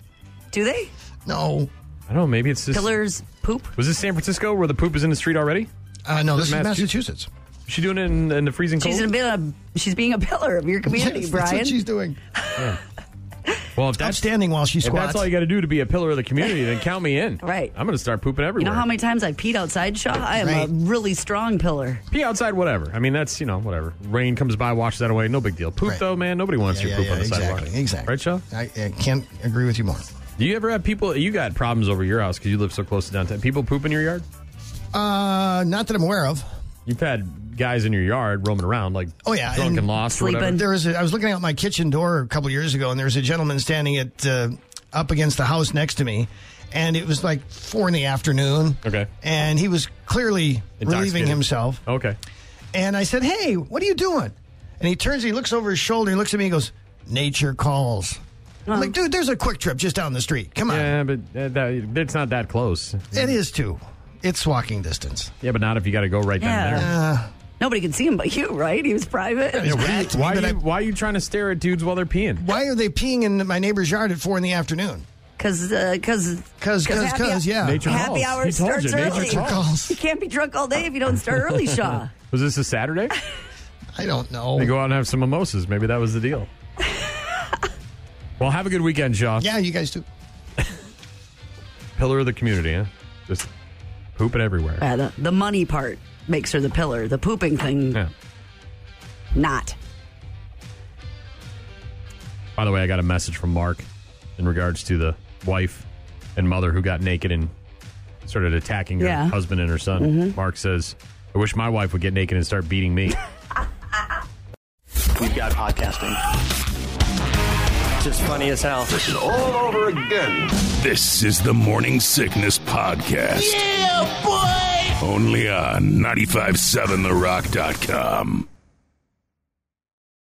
S7: Do they?
S9: No.
S6: I don't know. Maybe it's just.
S7: Pillars poop.
S6: Was this San Francisco where the poop is in the street already?
S9: Uh, no, this is Massachusetts.
S6: Is she doing it in, in the freezing cold?
S7: She's a bit of, she's being a pillar of your community,
S9: Yes,
S7: Brian.
S9: That's what she's doing.
S6: well, if that's,
S9: Standing while she
S6: if
S9: squats.
S6: that's all you got to do to be a pillar of the community, then count me in.
S7: Right.
S6: I'm going to start pooping
S7: you
S6: everywhere.
S7: know how many times I peed outside, Shaw? I am
S6: Right.
S7: a really strong pillar.
S6: Pee outside, whatever. I mean, that's, you know, whatever. Rain comes by, washes that away. No big deal. Poop, though, man. Nobody wants
S9: Yeah,
S6: your
S9: yeah,
S6: poop on the
S9: yeah,
S6: sidewalk.
S9: exactly, exactly.
S6: Right, Shaw?
S9: I, I can't agree with you more.
S6: Do you ever have people, you got problems over your house because you live so close to downtown. People poop in your yard?
S9: Uh, not that I'm aware of.
S6: You've had guys in your yard roaming around, like
S9: Oh yeah,
S6: drunk and, lost or whatever.
S9: There was a, I was looking out my kitchen door a couple years ago, and there was a gentleman standing at uh, up against the house next to me, and it was like four in the afternoon.
S6: Okay.
S9: and he was clearly relieving
S6: Intoxicated. Oh.
S9: himself.
S6: Okay.
S9: And I said, "Hey, what are you doing?" And he turns, he looks over his shoulder, he looks at me, he goes, "Nature calls."
S7: Oh.
S9: I'm like, dude, there's a quick trip just down the street. Come on,
S6: Yeah, but uh, that, it's not that close.
S9: it is too. It's walking distance.
S6: Yeah, but not if you got to go right down there.
S9: Uh,
S7: Nobody could see him but you, right? He was private.
S6: Yeah, what are you- why, are you, why are you trying to stare at dudes while they're peeing?
S9: why are they peeing in my neighbor's yard at four in the afternoon?
S7: Because, because,
S9: Cause, cause,
S7: uh, happy-
S9: cause, yeah.
S6: Nature
S7: happy
S6: calls.
S7: hour
S6: He told
S7: starts
S6: you,
S7: early.
S6: nature calls.
S7: You can't be drunk all day if you don't start early, Shaw.
S6: Was this a Saturday?
S9: I don't know.
S6: They
S7: Oh.
S6: go out and have some mimosas. Maybe that was the deal. well, have a good weekend, Shaw.
S9: Yeah, you guys do.
S6: Pillar of the community, huh? Just pooping everywhere.
S7: Yeah, the, the money part makes her the pillar. The pooping thing,
S6: Yeah.
S7: not.
S6: By the way, I got a message from Mark in regards to the wife and mother who got naked and started attacking her
S7: Yeah.
S6: husband and her son.
S7: Mhm.
S6: Mark says, I wish my wife would get naked and start beating me.
S2: We've got podcasting.
S4: Just funny as hell. This is all over again. This is the Morning Sickness Podcast.
S17: Yeah, boy!
S4: Only on 957therock.com.